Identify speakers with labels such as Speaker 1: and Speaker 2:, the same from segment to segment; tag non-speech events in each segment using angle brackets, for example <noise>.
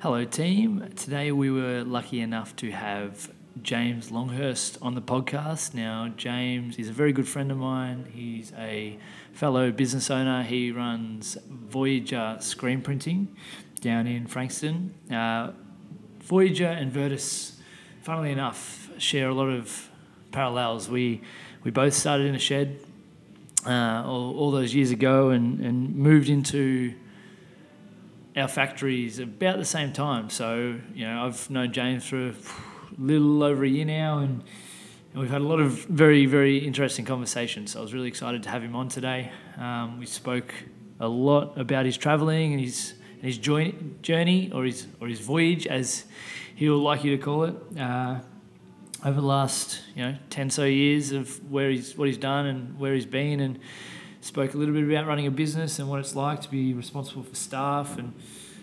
Speaker 1: Hello, team. Today we were lucky enough to have James Longhurst on the podcast. Now, James is a very good friend of mine. He's a fellow business owner. He runs Voyager Screen Printing down in Frankston. Uh, Voyager and Vertus, funnily enough, share a lot of parallels. We we both started in a shed uh, all, all those years ago and, and moved into our factories about the same time. So, you know, I've known James for a little over a year now and, and we've had a lot of very, very interesting conversations. So I was really excited to have him on today. Um, we spoke a lot about his traveling and his, and his joy, journey or his, or his voyage, as he would like you to call it. Uh, over the last you know ten so years of where he's what he's done and where he's been and spoke a little bit about running a business and what it's like to be responsible for staff and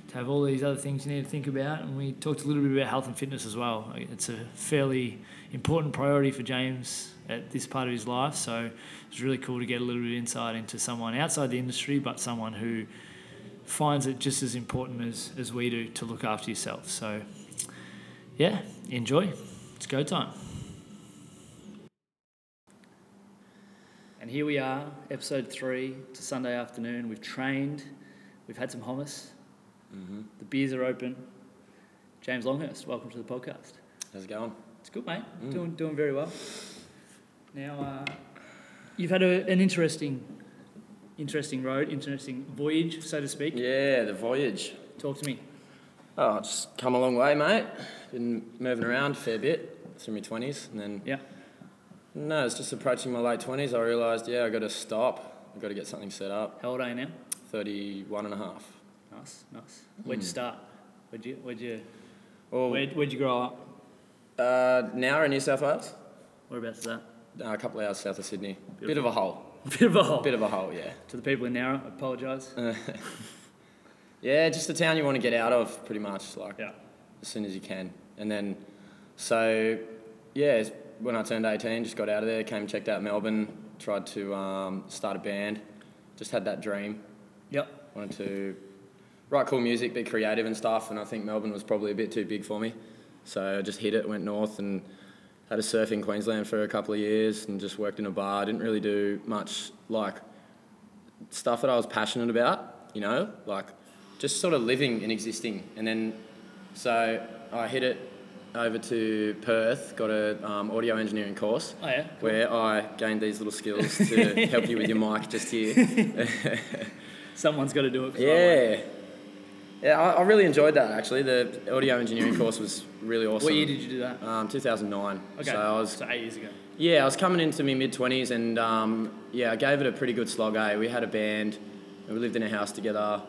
Speaker 1: to have all these other things you need to think about and we talked a little bit about health and fitness as well it's a fairly important priority for James at this part of his life so it's really cool to get a little bit of insight into someone outside the industry but someone who finds it just as important as, as we do to look after yourself so yeah enjoy it's go time. And here we are, episode three. It's a Sunday afternoon. We've trained. We've had some hummus.
Speaker 2: Mm-hmm.
Speaker 1: The beers are open. James Longhurst, welcome to the podcast.
Speaker 2: How's it going?
Speaker 1: It's good, mate.
Speaker 2: Mm.
Speaker 1: Doing, doing very well. Now, uh, you've had a, an interesting, interesting road, interesting voyage, so to speak.
Speaker 2: Yeah, the voyage.
Speaker 1: Talk to me.
Speaker 2: Oh, just come a long way, mate. Been moving around a fair bit through my twenties, and then
Speaker 1: Yeah.
Speaker 2: no, it's just approaching my late twenties. I realised, yeah, I got to stop. I got to get something set up.
Speaker 1: How old are you now?
Speaker 2: 31 and a half.
Speaker 1: Nice, nice. Where'd you
Speaker 2: Hmm.
Speaker 1: start? Where'd you, where'd you,
Speaker 2: Well,
Speaker 1: where'd, where'd you grow up?
Speaker 2: Oh, uh, an hour in New South Wales,
Speaker 1: Whereabouts is that? <laughs>
Speaker 2: uh, a couple of hours south of Sydney. Bit of a hole.
Speaker 1: Bit of a hole.
Speaker 2: Bit of a hole, yeah.
Speaker 1: To the people in Nara, I apologise.
Speaker 2: Yeah, just a town you want to get out of, pretty much. Like
Speaker 1: Yeah.
Speaker 2: as soon as you can. And then, so yeah, it's- when I turned 18, just got out of there, came and checked out Melbourne, tried to um, start a band, just had that dream,
Speaker 1: Yep.
Speaker 2: wanted to write cool music, be creative and stuff. And I think Melbourne was probably a bit too big for me, so I just hit it, went north and. Had a surf in Queensland for a couple of years and just worked in a bar. Didn't really do much like stuff that I was passionate about, you know, like just sort of living and existing. And then, so I hit it over to Perth, got a um, audio engineering course
Speaker 1: Oh yeah.
Speaker 2: where I gained these little skills to help you with your mic just here.
Speaker 1: Someone's got to do it. 'cause I won't.
Speaker 2: Yeah. Yeah, I, I really enjoyed that actually. The audio engineering course was really awesome.
Speaker 1: What year did you do that?
Speaker 2: Um, 2009.
Speaker 1: Okay.
Speaker 2: So I was
Speaker 1: so eight years ago.
Speaker 2: Yeah, I was coming into my mid twenties, and um, yeah, I gave it a pretty good slog. Eh, we had a band, and we lived in a house together,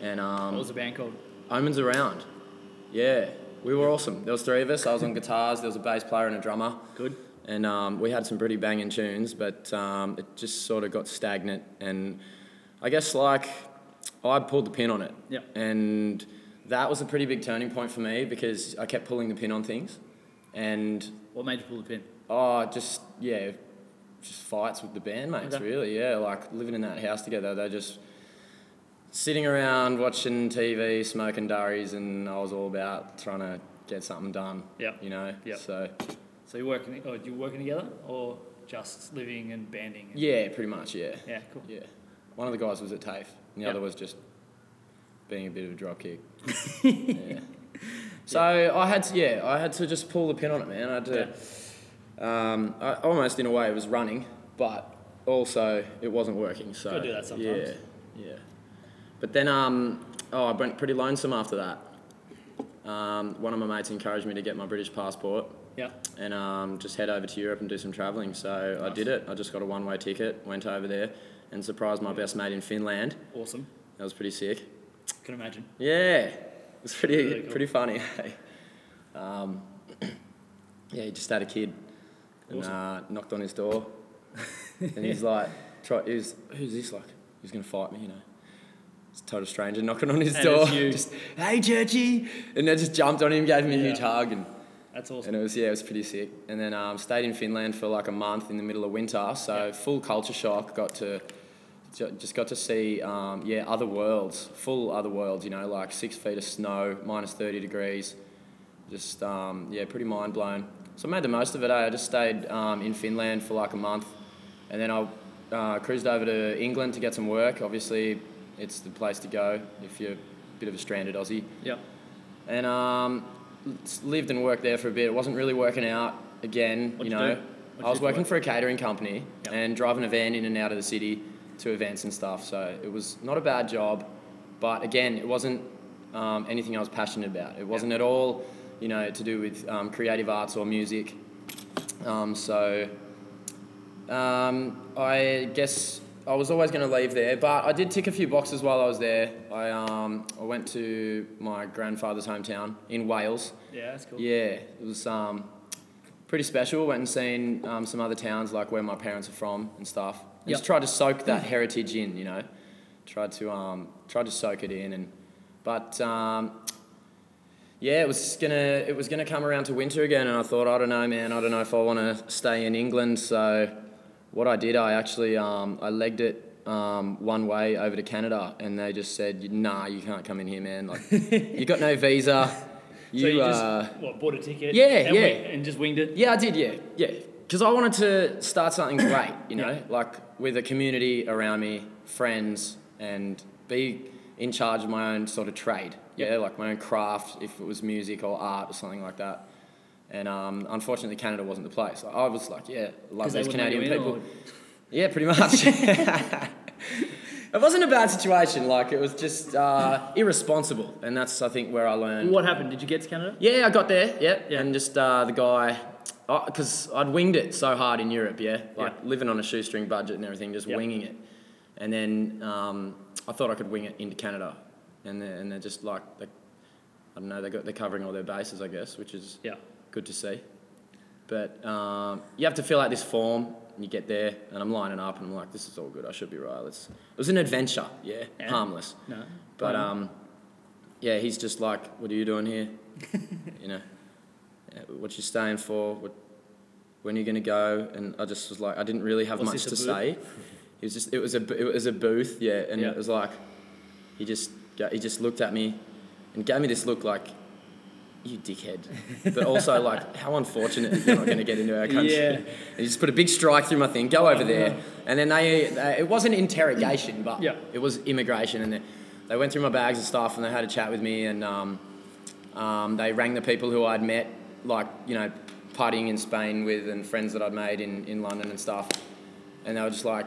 Speaker 2: and
Speaker 1: What
Speaker 2: um,
Speaker 1: was the band called?
Speaker 2: omens around. Yeah, we were awesome. There was three of us. I was on guitars. There was a bass player and a drummer,
Speaker 1: Good.
Speaker 2: and um, we had some pretty banging tunes. But um, it just sort of got stagnant, and I guess like I pulled the pin on it.
Speaker 1: Yep.
Speaker 2: And that was a pretty big turning point for me because I kept pulling the pin on things, and
Speaker 1: What made you pull the pin?
Speaker 2: Oh, just yeah, just fights with the bandmates.
Speaker 1: Okay.
Speaker 2: Really, yeah. Like living in that house together, they're just sitting around watching TV, smoking durries, and I was all about trying to get something done.
Speaker 1: Yeah.
Speaker 2: You know.
Speaker 1: Yep.
Speaker 2: So
Speaker 1: So you working? Or you working together, or just living and banding? And,
Speaker 2: yeah, pretty much yeah.
Speaker 1: yeah. Cool.
Speaker 2: Yeah. One of the guys was at TAFE, and the
Speaker 1: Yep.
Speaker 2: other was just being a bit of
Speaker 1: <laughs>
Speaker 2: a dropkick. yeah. So I had to, yeah, I had to just pull the pin on it, man. I had to, um, I, almost in a way, it was running, but also it wasn't working. So
Speaker 1: Gotta do that sometimes.
Speaker 2: Yeah, yeah. But then, um, oh, I went pretty lonesome after that. Um, one of my mates encouraged me to get my British passport
Speaker 1: Yeah.
Speaker 2: and um, just head over to Europe and do some travelling. So I did it. I just got a one-way ticket, went over there, and surprised my best mate in Finland.
Speaker 1: Awesome.
Speaker 2: That was pretty sick.
Speaker 1: Can imagine.
Speaker 2: Yeah, it was pretty
Speaker 1: Really cool.
Speaker 2: pretty funny. <laughs> um, <clears throat> yeah, he just had a kid, and
Speaker 1: Awesome.
Speaker 2: uh, knocked on
Speaker 1: <laughs>
Speaker 2: his door, and he's like, try, he was, "Who's this? Like, he's gonna fight me?" You know. It's a total stranger knocking on his
Speaker 1: And
Speaker 2: door.
Speaker 1: it's you.
Speaker 2: <laughs> Just, hey, Churchy! And I just jumped on him, gave him a huge
Speaker 1: Yeah.
Speaker 2: hug, and
Speaker 1: That's awesome.
Speaker 2: and it was yeah, it was pretty sick. And then um, stayed in Finland for like a month in the middle of winter, so full culture shock. Got to ju- just got to see, um, yeah, other worlds, full other worlds, you know, like six feet of snow, minus 30 degrees. Just, um, yeah, pretty mind blown. So I made the most of it, eh? I just stayed um, in Finland for like a month and then I uh, cruised over to England to get some work. Obviously, it's the place to go if you're a bit of a stranded Aussie
Speaker 1: Yeah.
Speaker 2: and um, s- lived and worked there for a bit. It wasn't really working out again,
Speaker 1: What'd
Speaker 2: you
Speaker 1: you
Speaker 2: know.
Speaker 1: do? What'd
Speaker 2: I was
Speaker 1: you do for
Speaker 2: working
Speaker 1: work?
Speaker 2: for a catering company
Speaker 1: Yep.
Speaker 2: and driving a van in and out of the city to events and stuff. So it was not a bad job, but again, it wasn't um, anything I was passionate about. It wasn't at all, you know, to do with um, creative arts or music. Um, so um, I guess I was always going to leave there, but I did tick a few boxes while I was there. I, um, I went to my grandfather's hometown in Wales.
Speaker 1: Yeah, that's cool.
Speaker 2: Yeah, it was um, pretty special. Went and seen um, some other towns, like where my parents are from and stuff. And
Speaker 1: Yep.
Speaker 2: Just tried to soak that
Speaker 1: Mm.
Speaker 2: heritage in, you know. Tried to um, tried to soak it in, and but um, yeah, it was gonna it was gonna come around to winter again, and I thought, I don't know, man, I don't know if I want to stay in England. So what I did, I actually um, I legged it. Um, one way over to Canada, and they just said, "Nah, you can't come in here, man. Like, you got no visa.
Speaker 1: <laughs>
Speaker 2: You,
Speaker 1: so you just
Speaker 2: uh,
Speaker 1: what bought a ticket?
Speaker 2: Yeah,
Speaker 1: and
Speaker 2: yeah. Oh,
Speaker 1: wing- and just winged it.
Speaker 2: yeah, I did. Yeah, yeah. Because I wanted to start something <coughs> great, you know, like with a community around me, friends, and be in charge of my own sort of trade.
Speaker 1: Yep.
Speaker 2: Yeah, like my own craft, if it was music or art or something like that. And um, unfortunately, Canada wasn't the place. I was like, yeah,
Speaker 1: Because
Speaker 2: love
Speaker 1: they
Speaker 2: those
Speaker 1: wouldn't let
Speaker 2: Canadian
Speaker 1: you in,
Speaker 2: people.
Speaker 1: or-
Speaker 2: Yeah, pretty much. <laughs> it wasn't a bad situation. Like it was just uh, irresponsible, and that's I think where I learned.
Speaker 1: What happened? Did you get to Canada?
Speaker 2: Yeah, I got there. Yep.
Speaker 1: Yeah.
Speaker 2: And just uh, the guy, because I'd winged it so hard in Europe. Yeah, like
Speaker 1: Yeah.
Speaker 2: living on a shoestring budget and everything, just
Speaker 1: Yep.
Speaker 2: winging it. And then um, I thought I could wing it into Canada, and they're, and they're just like, they, I don't know, they got they're covering all their bases, I guess, which is
Speaker 1: Yeah.
Speaker 2: good to see. But um, you have to fill out this form, and you get there, and I'm lining up, and I'm like, this is all good. I should be right. Let's. It was an adventure. Yeah.
Speaker 1: Yeah.
Speaker 2: Harmless.
Speaker 1: No. Right.
Speaker 2: But um, yeah, he's just like, "What are you
Speaker 1: <laughs>
Speaker 2: doing here? you know, uh, what you staying for? What, when are you gonna go?" And I just was like, I didn't really have
Speaker 1: Was
Speaker 2: much to
Speaker 1: this a
Speaker 2: say. It was just, it was a, b- it was a booth, yeah, and
Speaker 1: Yeah.
Speaker 2: it was like, he just, ga- he just looked at me, and gave me this look like, "You dickhead," but also like, "How unfortunate that you're not gonna get into our country."
Speaker 1: Yeah.
Speaker 2: And he just put a big strike through my thing. Go over there,
Speaker 1: no.
Speaker 2: and then they, they, it wasn't interrogation, but
Speaker 1: Yeah.
Speaker 2: it was immigration, and they, they went through my bags and stuff, and they had a chat with me, and um, um, they rang the people who I'd met, like you know, partying in Spain with, and friends that I'd made in, in London and stuff, and they were just like,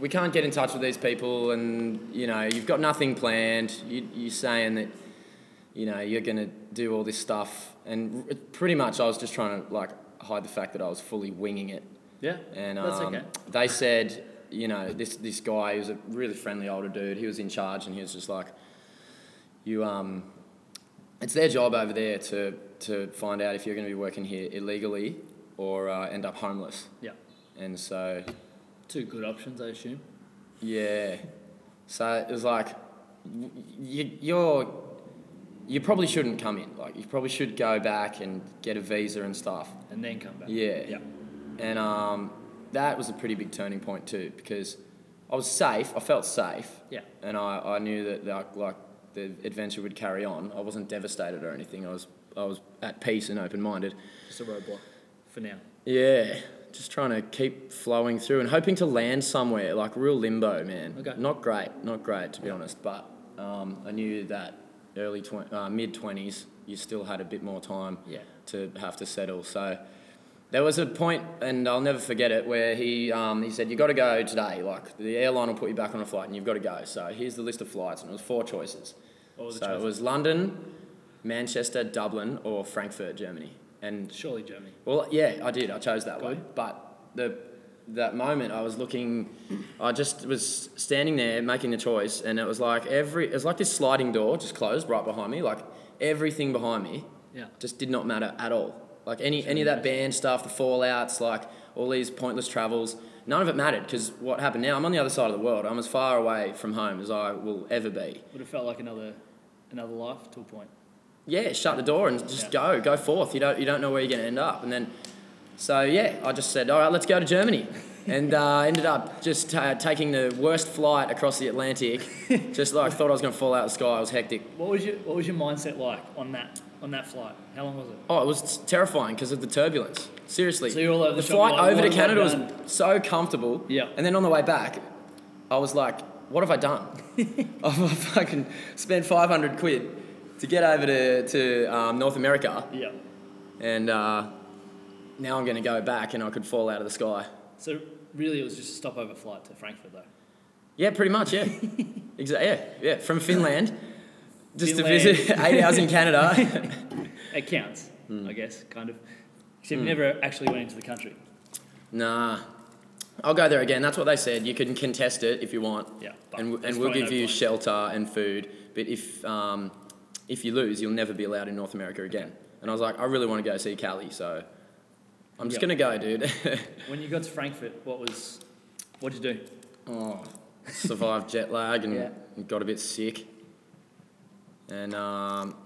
Speaker 2: we can't get in touch with these people, and you know, you've got nothing planned. You, you're saying that, you know, you're gonna do all this stuff, and r- pretty much I was just trying to like hide the fact that I was fully winging it.
Speaker 1: Yeah.
Speaker 2: And
Speaker 1: That's
Speaker 2: um,
Speaker 1: okay.
Speaker 2: they said, you know, this this guy he was a really friendly older dude. He was in charge, and he was just like, you um, it's their job over there to to find out if you're going to be working here illegally or uh, end up homeless.
Speaker 1: Yeah.
Speaker 2: And so,
Speaker 1: Two good options, I assume.
Speaker 2: yeah, so it was like, y- you, you're. You probably shouldn't come in. Like, you probably should go back and get a visa and stuff.
Speaker 1: And then come back.
Speaker 2: Yeah.
Speaker 1: Yeah.
Speaker 2: And um, that was a pretty big turning point too, because I was safe. I felt safe,
Speaker 1: Yeah.
Speaker 2: and I, I knew that like, like the adventure would carry on. I wasn't devastated or anything. I was I was at peace and open minded.
Speaker 1: Just a roadblock for now.
Speaker 2: Yeah, just trying to keep flowing through and hoping to land somewhere like real limbo, man.
Speaker 1: Okay.
Speaker 2: Not great, not great to be honest, but um, I knew that early tw- uh, mid twenties, you still had a bit more time
Speaker 1: Yeah.
Speaker 2: to have to settle. So there was a point, and I'll never forget it, where he um, he said, "You got to go today. Like the airline will put you back on a flight, and you've got to go." So here's the list of flights, and it was four choices.
Speaker 1: What were the
Speaker 2: so it
Speaker 1: choices?
Speaker 2: was London, Manchester, Dublin, or Frankfurt, Germany, and
Speaker 1: Surely Germany.
Speaker 2: well, yeah, I did. I chose that one.
Speaker 1: Good.
Speaker 2: But the that moment, I was looking. I just was standing there making the choice, and it was like every. It was like this sliding door just closed right behind me. Like everything behind me
Speaker 1: Yeah.
Speaker 2: just did not matter at all. Like any any of that band stuff, the fallouts, like all these pointless travels, none of it mattered because what happened now? I'm on the other side of the world. I'm as far away from home as I will ever be.
Speaker 1: Would have felt like another another life to a point.
Speaker 2: yeah, shut the door and just
Speaker 1: Yeah.
Speaker 2: go,
Speaker 1: <laughs>
Speaker 2: go forth. You don't, you don't know where you're going to end up. And then, so yeah, I just said, all right, let's go to Germany. and uh, ended up just uh, taking the worst flight across
Speaker 1: <laughs>
Speaker 2: the Atlantic. just like thought I was going to fall out of the sky. It was hectic.
Speaker 1: What was your What was your mindset like on that on that flight? How long was it?
Speaker 2: Oh, it was terrifying because of the turbulence. Seriously.
Speaker 1: So you're all over the shop,
Speaker 2: flight
Speaker 1: like,
Speaker 2: over to
Speaker 1: what have I
Speaker 2: Canada
Speaker 1: done?
Speaker 2: was so comfortable.
Speaker 1: Yeah.
Speaker 2: And then on the way back, I was like, what have I
Speaker 1: <laughs>
Speaker 2: done? <laughs> I've fucking spent 500 quid to get over to, to um, North America
Speaker 1: Yeah.
Speaker 2: and uh, now I'm going to go back and I could fall out of the sky.
Speaker 1: So really, it was just a stopover flight to Frankfurt, though.
Speaker 2: Yeah, pretty
Speaker 1: <laughs>
Speaker 2: much, yeah. exactly, yeah, yeah. From Finland. Just
Speaker 1: Finland.
Speaker 2: to visit eight hours in Canada.
Speaker 1: <laughs> It counts,
Speaker 2: Hmm.
Speaker 1: I guess, kind of. Except you never actually went into the country.
Speaker 2: nah. I'll go there again. That's what they said. You can contest it if you want.
Speaker 1: Yeah. but
Speaker 2: and,
Speaker 1: there's
Speaker 2: and we'll
Speaker 1: probably
Speaker 2: give
Speaker 1: no
Speaker 2: you
Speaker 1: point.
Speaker 2: shelter and food. But if um, if you lose, you'll never be allowed in North America again. And I was like, I really want to go see Cali, so I'm just
Speaker 1: Yeah.
Speaker 2: gonna go, dude. <laughs>
Speaker 1: When you got to Frankfurt, what was, what'd you do?
Speaker 2: oh, survived jet lag and
Speaker 1: Yeah.
Speaker 2: got a bit sick. And um,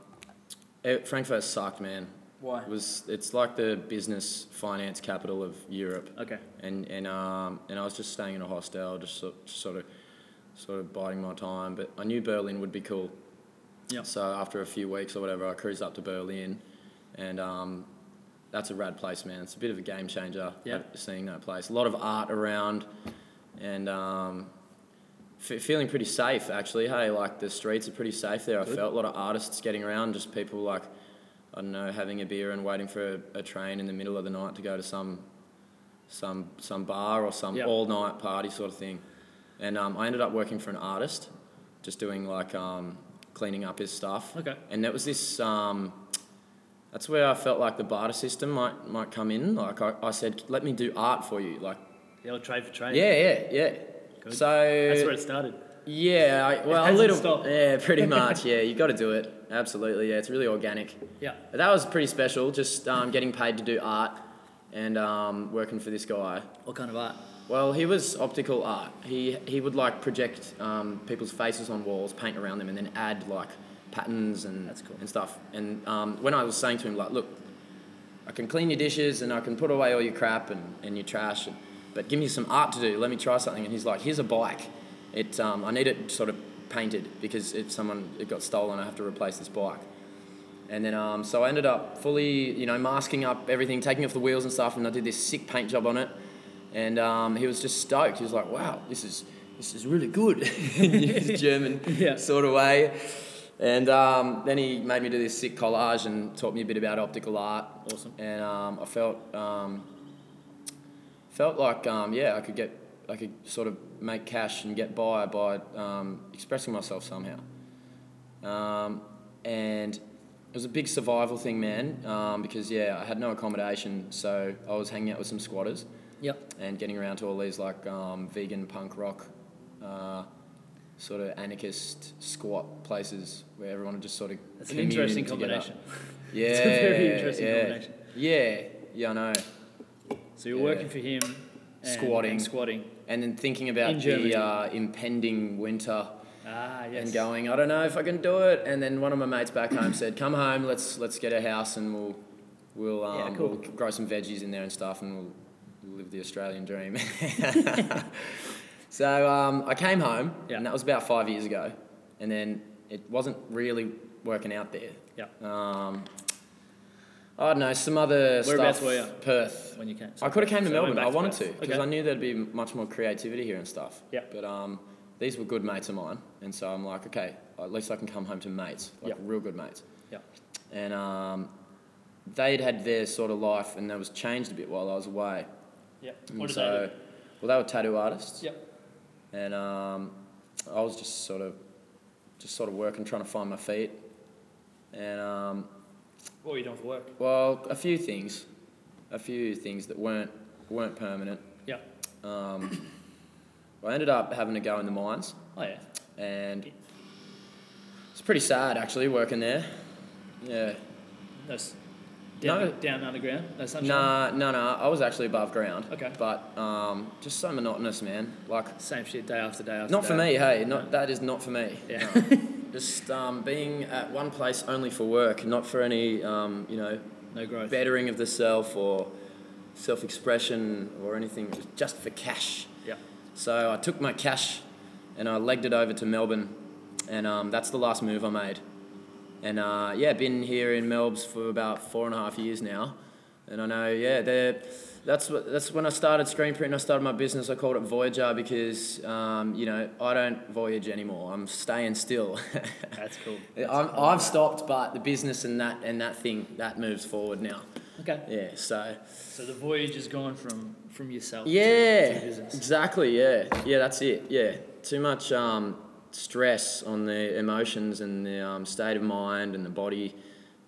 Speaker 2: it, Frankfurt sucked, man.
Speaker 1: Why?
Speaker 2: It was it's like the business finance capital of Europe.
Speaker 1: Okay.
Speaker 2: and and um and I was just staying in a hostel, just so, sort of sort of biding my time. But I knew Berlin would be cool.
Speaker 1: Yeah.
Speaker 2: So after a few weeks or whatever, I cruised up to Berlin, and um, that's a rad place, man. It's a bit of a game changer.
Speaker 1: Yeah.
Speaker 2: uh, Seeing that place, a lot of art around, and um, f- feeling pretty safe actually. Hey, like the streets are pretty safe there. I
Speaker 1: Good.
Speaker 2: felt a lot of artists getting around, just people like. I don't know, having a beer and waiting for a, a train in the middle of the night to go to some some some bar or some
Speaker 1: Yeah.
Speaker 2: all night party sort of thing. And um, I ended up working for an artist, just doing like um, cleaning up his stuff.
Speaker 1: Okay.
Speaker 2: And that was this. Um, that's where I felt like the barter system might might come in. Like I, I said, let me do art for you. Like
Speaker 1: The old trade for trade.
Speaker 2: yeah, yeah, yeah.
Speaker 1: Good.
Speaker 2: So
Speaker 1: That's where it started.
Speaker 2: yeah, I, well a
Speaker 1: hasn't
Speaker 2: little
Speaker 1: stopped.
Speaker 2: yeah,
Speaker 1: <laughs>
Speaker 2: pretty much yeah. You got to do it absolutely. Yeah, it's really organic.
Speaker 1: Yeah.
Speaker 2: That was pretty special. Just um, getting paid to do art and um, working for this guy.
Speaker 1: What kind of art?
Speaker 2: Well, he was optical art. He he would like project um, people's faces on walls, paint around them, and then add like patterns and
Speaker 1: That's cool.
Speaker 2: and stuff. And um, when I was saying to him like, look, I can clean your dishes and I can put away all your crap and, and your trash, and, but give me some art to do. Let me try something. And he's like, here's a bike. It um, I need it sort of painted because it someone it got stolen. I have to replace this bike. And then um, so I ended up fully, you know, masking up everything, taking off the wheels and stuff, and I did this sick paint job on it. And um, he was just stoked. He was like, "Wow, this is this is really good," <laughs> in his German
Speaker 1: Yeah.
Speaker 2: sort of way. And um, then he made me do this sick collage and taught me a bit about optical art.
Speaker 1: Awesome.
Speaker 2: And um, I felt um, felt like um, yeah, I could get I could sort of make cash and get by by um, expressing myself somehow. Um, and it was a big survival thing, man, um, because yeah, I had no accommodation, so I was hanging out with some squatters
Speaker 1: Yep.
Speaker 2: and getting around to all these like um, vegan punk rock, uh, sort of anarchist squat places where everyone would just sort of.
Speaker 1: That's an interesting
Speaker 2: commune together.
Speaker 1: combination. <laughs>
Speaker 2: Yeah,
Speaker 1: It's a very interesting
Speaker 2: yeah,
Speaker 1: combination.
Speaker 2: Yeah, yeah, I know.
Speaker 1: So you're
Speaker 2: Yeah.
Speaker 1: working for him. And,
Speaker 2: Squatting.
Speaker 1: And squatting.
Speaker 2: And then thinking about
Speaker 1: In Germany.
Speaker 2: the uh, impending winter
Speaker 1: Ah, yes.
Speaker 2: and going, I don't know if I can do it. And then one of my mates back home said, "Come home, let's let's get a house and we'll we'll um,
Speaker 1: Yeah, cool.
Speaker 2: we'll grow some veggies in there and stuff, and we'll live the Australian dream." <laughs> so um, I came home,
Speaker 1: Yeah.
Speaker 2: and that was about five years ago, and then it wasn't really working out there.
Speaker 1: Yeah.
Speaker 2: Um, I don't know some other
Speaker 1: Whereabouts
Speaker 2: stuff.
Speaker 1: were you?
Speaker 2: Perth.
Speaker 1: When you came.
Speaker 2: I could have came to
Speaker 1: so it went
Speaker 2: Melbourne.
Speaker 1: back
Speaker 2: I
Speaker 1: to
Speaker 2: wanted
Speaker 1: Perth.
Speaker 2: to because
Speaker 1: Okay.
Speaker 2: I knew there'd be much more creativity here and stuff.
Speaker 1: Yeah.
Speaker 2: But um, these were good mates of mine, and so I'm like, okay, at least I can come home to mates, like
Speaker 1: Yeah.
Speaker 2: real good mates.
Speaker 1: Yeah.
Speaker 2: And um, they'd had their sort of life, and that was changed a bit while I was away.
Speaker 1: Yeah.
Speaker 2: And
Speaker 1: What did
Speaker 2: so,
Speaker 1: they
Speaker 2: Well, they were tattoo artists,
Speaker 1: do? Yeah.
Speaker 2: and um, I was just sort of, just sort of working, trying to find my feet, and um,
Speaker 1: What were you doing for work?
Speaker 2: well, a few things, a few things that weren't weren't permanent.
Speaker 1: Yeah.
Speaker 2: Um, I ended up having to go in the mines,
Speaker 1: Oh yeah.
Speaker 2: and it's pretty sad actually working there. Yeah.
Speaker 1: No. s- Down,
Speaker 2: No.
Speaker 1: down underground. No sunshine.
Speaker 2: Nah, no, no. I was actually above ground.
Speaker 1: Okay.
Speaker 2: But um, just so monotonous, man. Like,
Speaker 1: Same shit day after day after.
Speaker 2: not
Speaker 1: day.
Speaker 2: for me. Hey, not that is not for me.
Speaker 1: Yeah.
Speaker 2: No. just um, being at one place only for work, not for any um, you know
Speaker 1: <laughs> No growth.
Speaker 2: bettering of the self or self expression or anything. It was just for cash.
Speaker 1: Yep.
Speaker 2: So I took my cash and I legged it over to Melbourne, and um, that's the last move I made. And uh, yeah, been here in Melbs for about four and a half years now, and I know yeah, they're, that's what that's when I started screen print. I started my business. I called it Voyager because um, you know I don't voyage anymore. I'm staying still. <laughs>
Speaker 1: That's cool.
Speaker 2: Uh, I'm, I've stopped, but the business and that and that thing that moves forward now.
Speaker 1: Okay.
Speaker 2: Yeah, so
Speaker 1: So the voyage has gone from from yourself. To,
Speaker 2: yeah,
Speaker 1: to business.
Speaker 2: exactly. Yeah, yeah, that's it. Yeah, too much um, stress on the emotions and the um, state of mind and the body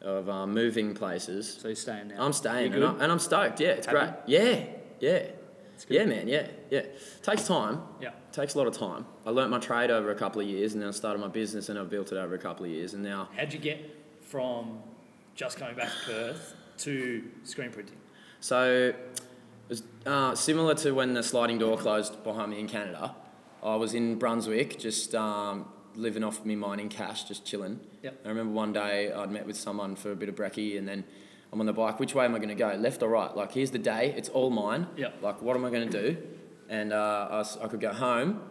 Speaker 2: of um, moving places.
Speaker 1: So you're staying now.
Speaker 2: I'm staying
Speaker 1: You
Speaker 2: and,
Speaker 1: good?
Speaker 2: I, and I'm stoked. Yeah, it's
Speaker 1: Happy?
Speaker 2: great. Yeah, yeah,
Speaker 1: It's good.
Speaker 2: yeah, man. Yeah, yeah. Takes time.
Speaker 1: Yeah.
Speaker 2: Takes a lot of time. I learnt my trade over a couple of years, and then I started my business, and I've built it over a couple of years, and now
Speaker 1: How'd you get from just coming back to Perth to screen printing?
Speaker 2: So, it was, uh, similar to when the sliding door closed behind me in Canada, I was in Brunswick just um, living off me mining cash, just chilling.
Speaker 1: Yep.
Speaker 2: I remember one day I'd met with someone for a bit of brekkie, and then I'm on the bike. Which way am I going to go? Left or right? Like, here's the day. It's all mine.
Speaker 1: Yep.
Speaker 2: Like, what am I going to do? And uh, I, s- I could go home,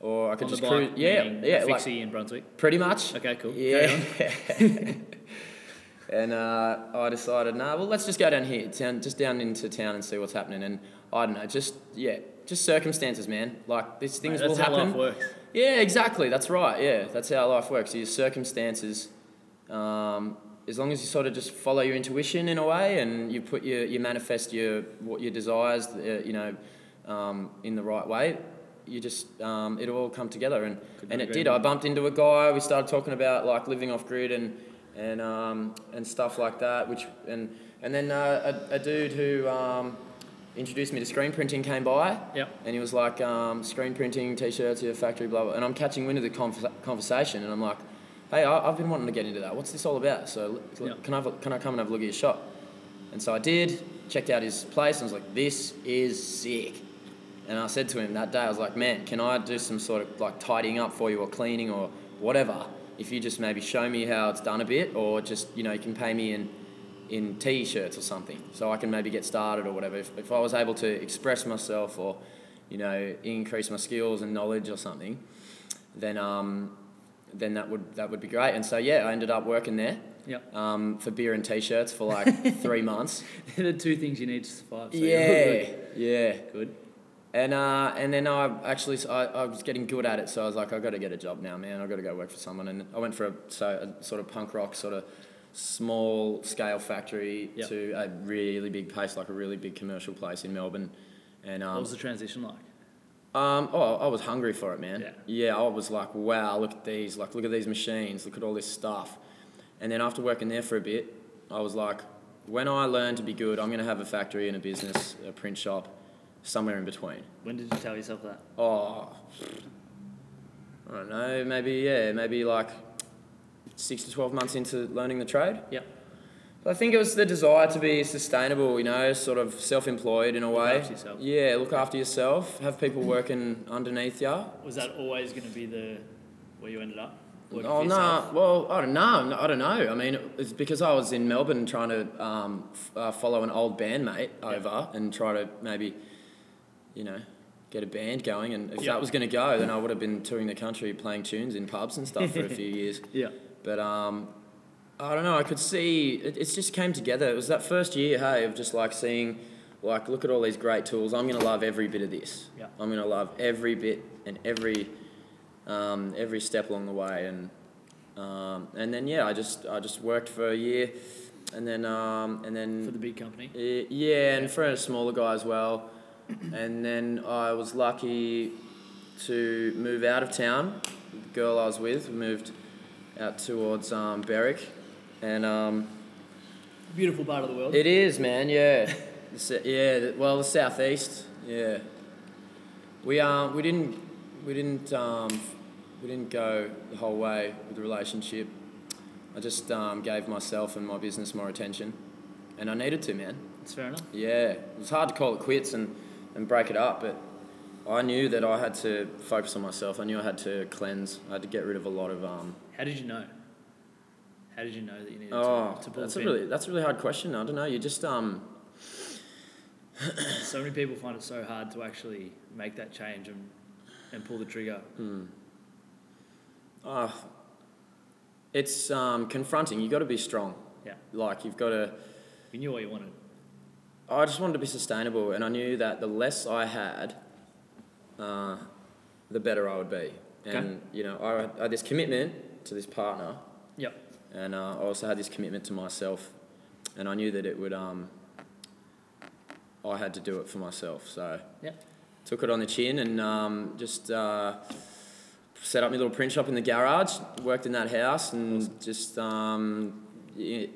Speaker 2: or I could
Speaker 1: On the
Speaker 2: just
Speaker 1: bike.
Speaker 2: cruise. Yeah,
Speaker 1: meaning
Speaker 2: yeah.
Speaker 1: the
Speaker 2: like-
Speaker 1: Fixie in Brunswick.
Speaker 2: Pretty much.
Speaker 1: Okay, cool. Carry
Speaker 2: Yeah. <laughs> and uh, I decided, nah, well, let's just go down here, down, just down into town and see what's happening. And I don't know, just, yeah, just circumstances, man. Like, these things
Speaker 1: Mate,
Speaker 2: will
Speaker 1: that's how life
Speaker 2: happen.
Speaker 1: works.
Speaker 2: Yeah, exactly. That's right. Yeah, that's how life works. Your circumstances, um, as long as you sort of just follow your intuition in a way, and you put your you manifest your what your desires, uh, you know, um, in the right way, you just um, it'll all come together. And
Speaker 1: Could
Speaker 2: and
Speaker 1: not
Speaker 2: it
Speaker 1: agree
Speaker 2: did. I bumped into a guy. We started talking about like living off grid and and um, and stuff like that. Which and and then uh, a, a dude who um, introduced me to screen printing came by.
Speaker 1: Yep.
Speaker 2: And he was like, um, screen printing, t-shirts, your factory, blah, blah. And I'm catching wind of the conversa- conversation and I'm like, hey, I- I've been wanting to get into that. What's this all about? So l- l-
Speaker 1: Yeah.
Speaker 2: can, I have a- can I come and have a look at your shop? And so I did, checked out his place and was like, this is sick. And I said to him that day, I was like, man, can I do some sort of like tidying up for you or cleaning or whatever? If you just maybe show me how it's done a bit or just, you know, you can pay me in, in t-shirts or something so I can maybe get started or whatever. If, if I was able to express myself or, you know, increase my skills and knowledge or something, then, um, then that would, that would be great. And so, yeah, I ended up working there.
Speaker 1: Yep.
Speaker 2: Um, for beer and t-shirts for like three months.
Speaker 1: They're <laughs> the two things you need to survive. So you're all
Speaker 2: yeah, <laughs> yeah.
Speaker 1: Good. good.
Speaker 2: And uh, and then I actually I, I was getting good at it, so I was like, I got to get a job now, man. I got to go work for someone. And I went for a so a sort of punk rock sort of small scale factory
Speaker 1: Yep.
Speaker 2: to a really big place, like a really big commercial place in Melbourne. And
Speaker 1: What
Speaker 2: um,
Speaker 1: was the transition like?
Speaker 2: um, oh, I was hungry for it, man.
Speaker 1: Yeah.
Speaker 2: I was like, wow, look at these, like, look at these machines, look at all this stuff. And then after working there for a bit, I was like, when I learn to be good, I'm going to have a factory and a business, a print shop, somewhere in between.
Speaker 1: When did you tell yourself that?
Speaker 2: Oh, I don't know, maybe, yeah, maybe like six to 12 months into learning the trade.
Speaker 1: Yep.
Speaker 2: I think it was the desire to be sustainable, you know, sort of self-employed in a
Speaker 1: Look
Speaker 2: way.
Speaker 1: after yourself.
Speaker 2: Yeah, look after yourself. Have people working underneath you.
Speaker 1: Was that always going to be the where you ended up? Working
Speaker 2: oh
Speaker 1: for
Speaker 2: no!
Speaker 1: yourself?
Speaker 2: Well, I don't know. I don't know. I mean, it's because I was in Melbourne trying to um, f- uh, follow an old bandmate over and try to maybe, you know, get a band going. And if
Speaker 1: Yeah.
Speaker 2: that was going to go, then I would have been touring the country, playing tunes in pubs and stuff for a few years.
Speaker 1: Yeah.
Speaker 2: But um, I don't know. I could see it, it just came together. It was that first year, hey, of just like seeing, like, look at all these great tools. I'm gonna love every bit of this.
Speaker 1: Yeah.
Speaker 2: I'm gonna love every bit and every, um, every step along the way. And um, and then yeah, I just I just worked for a year, and then um, and then
Speaker 1: For the big company.
Speaker 2: Y- Yeah, and for a smaller guy as well. And then I was lucky to move out of town. The girl I was with moved out towards um, Berwick, and um,
Speaker 1: Beautiful part of the world.
Speaker 2: it is man, yeah, The s- yeah. the- Well, the southeast, yeah. We um we didn't we didn't um we didn't go the whole way with the relationship. I just um, gave myself and my business more attention, and I needed to, man.
Speaker 1: It's fair enough.
Speaker 2: Yeah, it was hard to call it quits and, and break it up, but I knew that I had to focus on myself. I knew I had to cleanse. I had to get rid of a lot of. Um,
Speaker 1: How did you know? How did you know that you needed
Speaker 2: oh,
Speaker 1: to, to pull
Speaker 2: that's
Speaker 1: the
Speaker 2: a
Speaker 1: pin?
Speaker 2: really that's a really hard question. I don't know. You just um,
Speaker 1: so many people find it so hard to actually make that change and, and pull the trigger.
Speaker 2: Uh, it's um, confronting. You've got to be strong.
Speaker 1: Yeah.
Speaker 2: Like, you've got to.
Speaker 1: You knew what you wanted.
Speaker 2: I just wanted to be sustainable, and I knew that the less I had, uh, the better I would be. And, you know, I had- I had this commitment to this partner,
Speaker 1: Yep.
Speaker 2: and uh, I also had this commitment to myself, and I knew that it would. Um, I had to do it for myself, so
Speaker 1: Yeah.
Speaker 2: took it on the chin and um, just uh, set up my little print shop in the garage. Worked in that house and just um, you,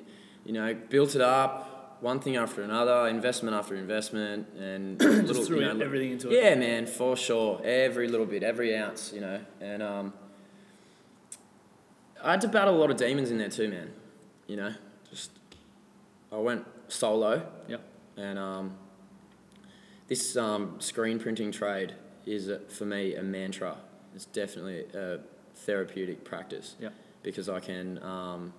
Speaker 2: you know built it up, one thing after another, investment after investment,
Speaker 1: <coughs>
Speaker 2: and
Speaker 1: Just
Speaker 2: little,
Speaker 1: threw
Speaker 2: you know,
Speaker 1: in
Speaker 2: li-
Speaker 1: everything into it.
Speaker 2: yeah, man, for sure. Every little bit, every ounce, you know. And um, I had to battle a lot of demons in there too, man. You know, just I went solo.
Speaker 1: Yep.
Speaker 2: And um, this um, screen printing trade is uh, for me a mantra. It's definitely a therapeutic practice
Speaker 1: Yep.
Speaker 2: because I can um,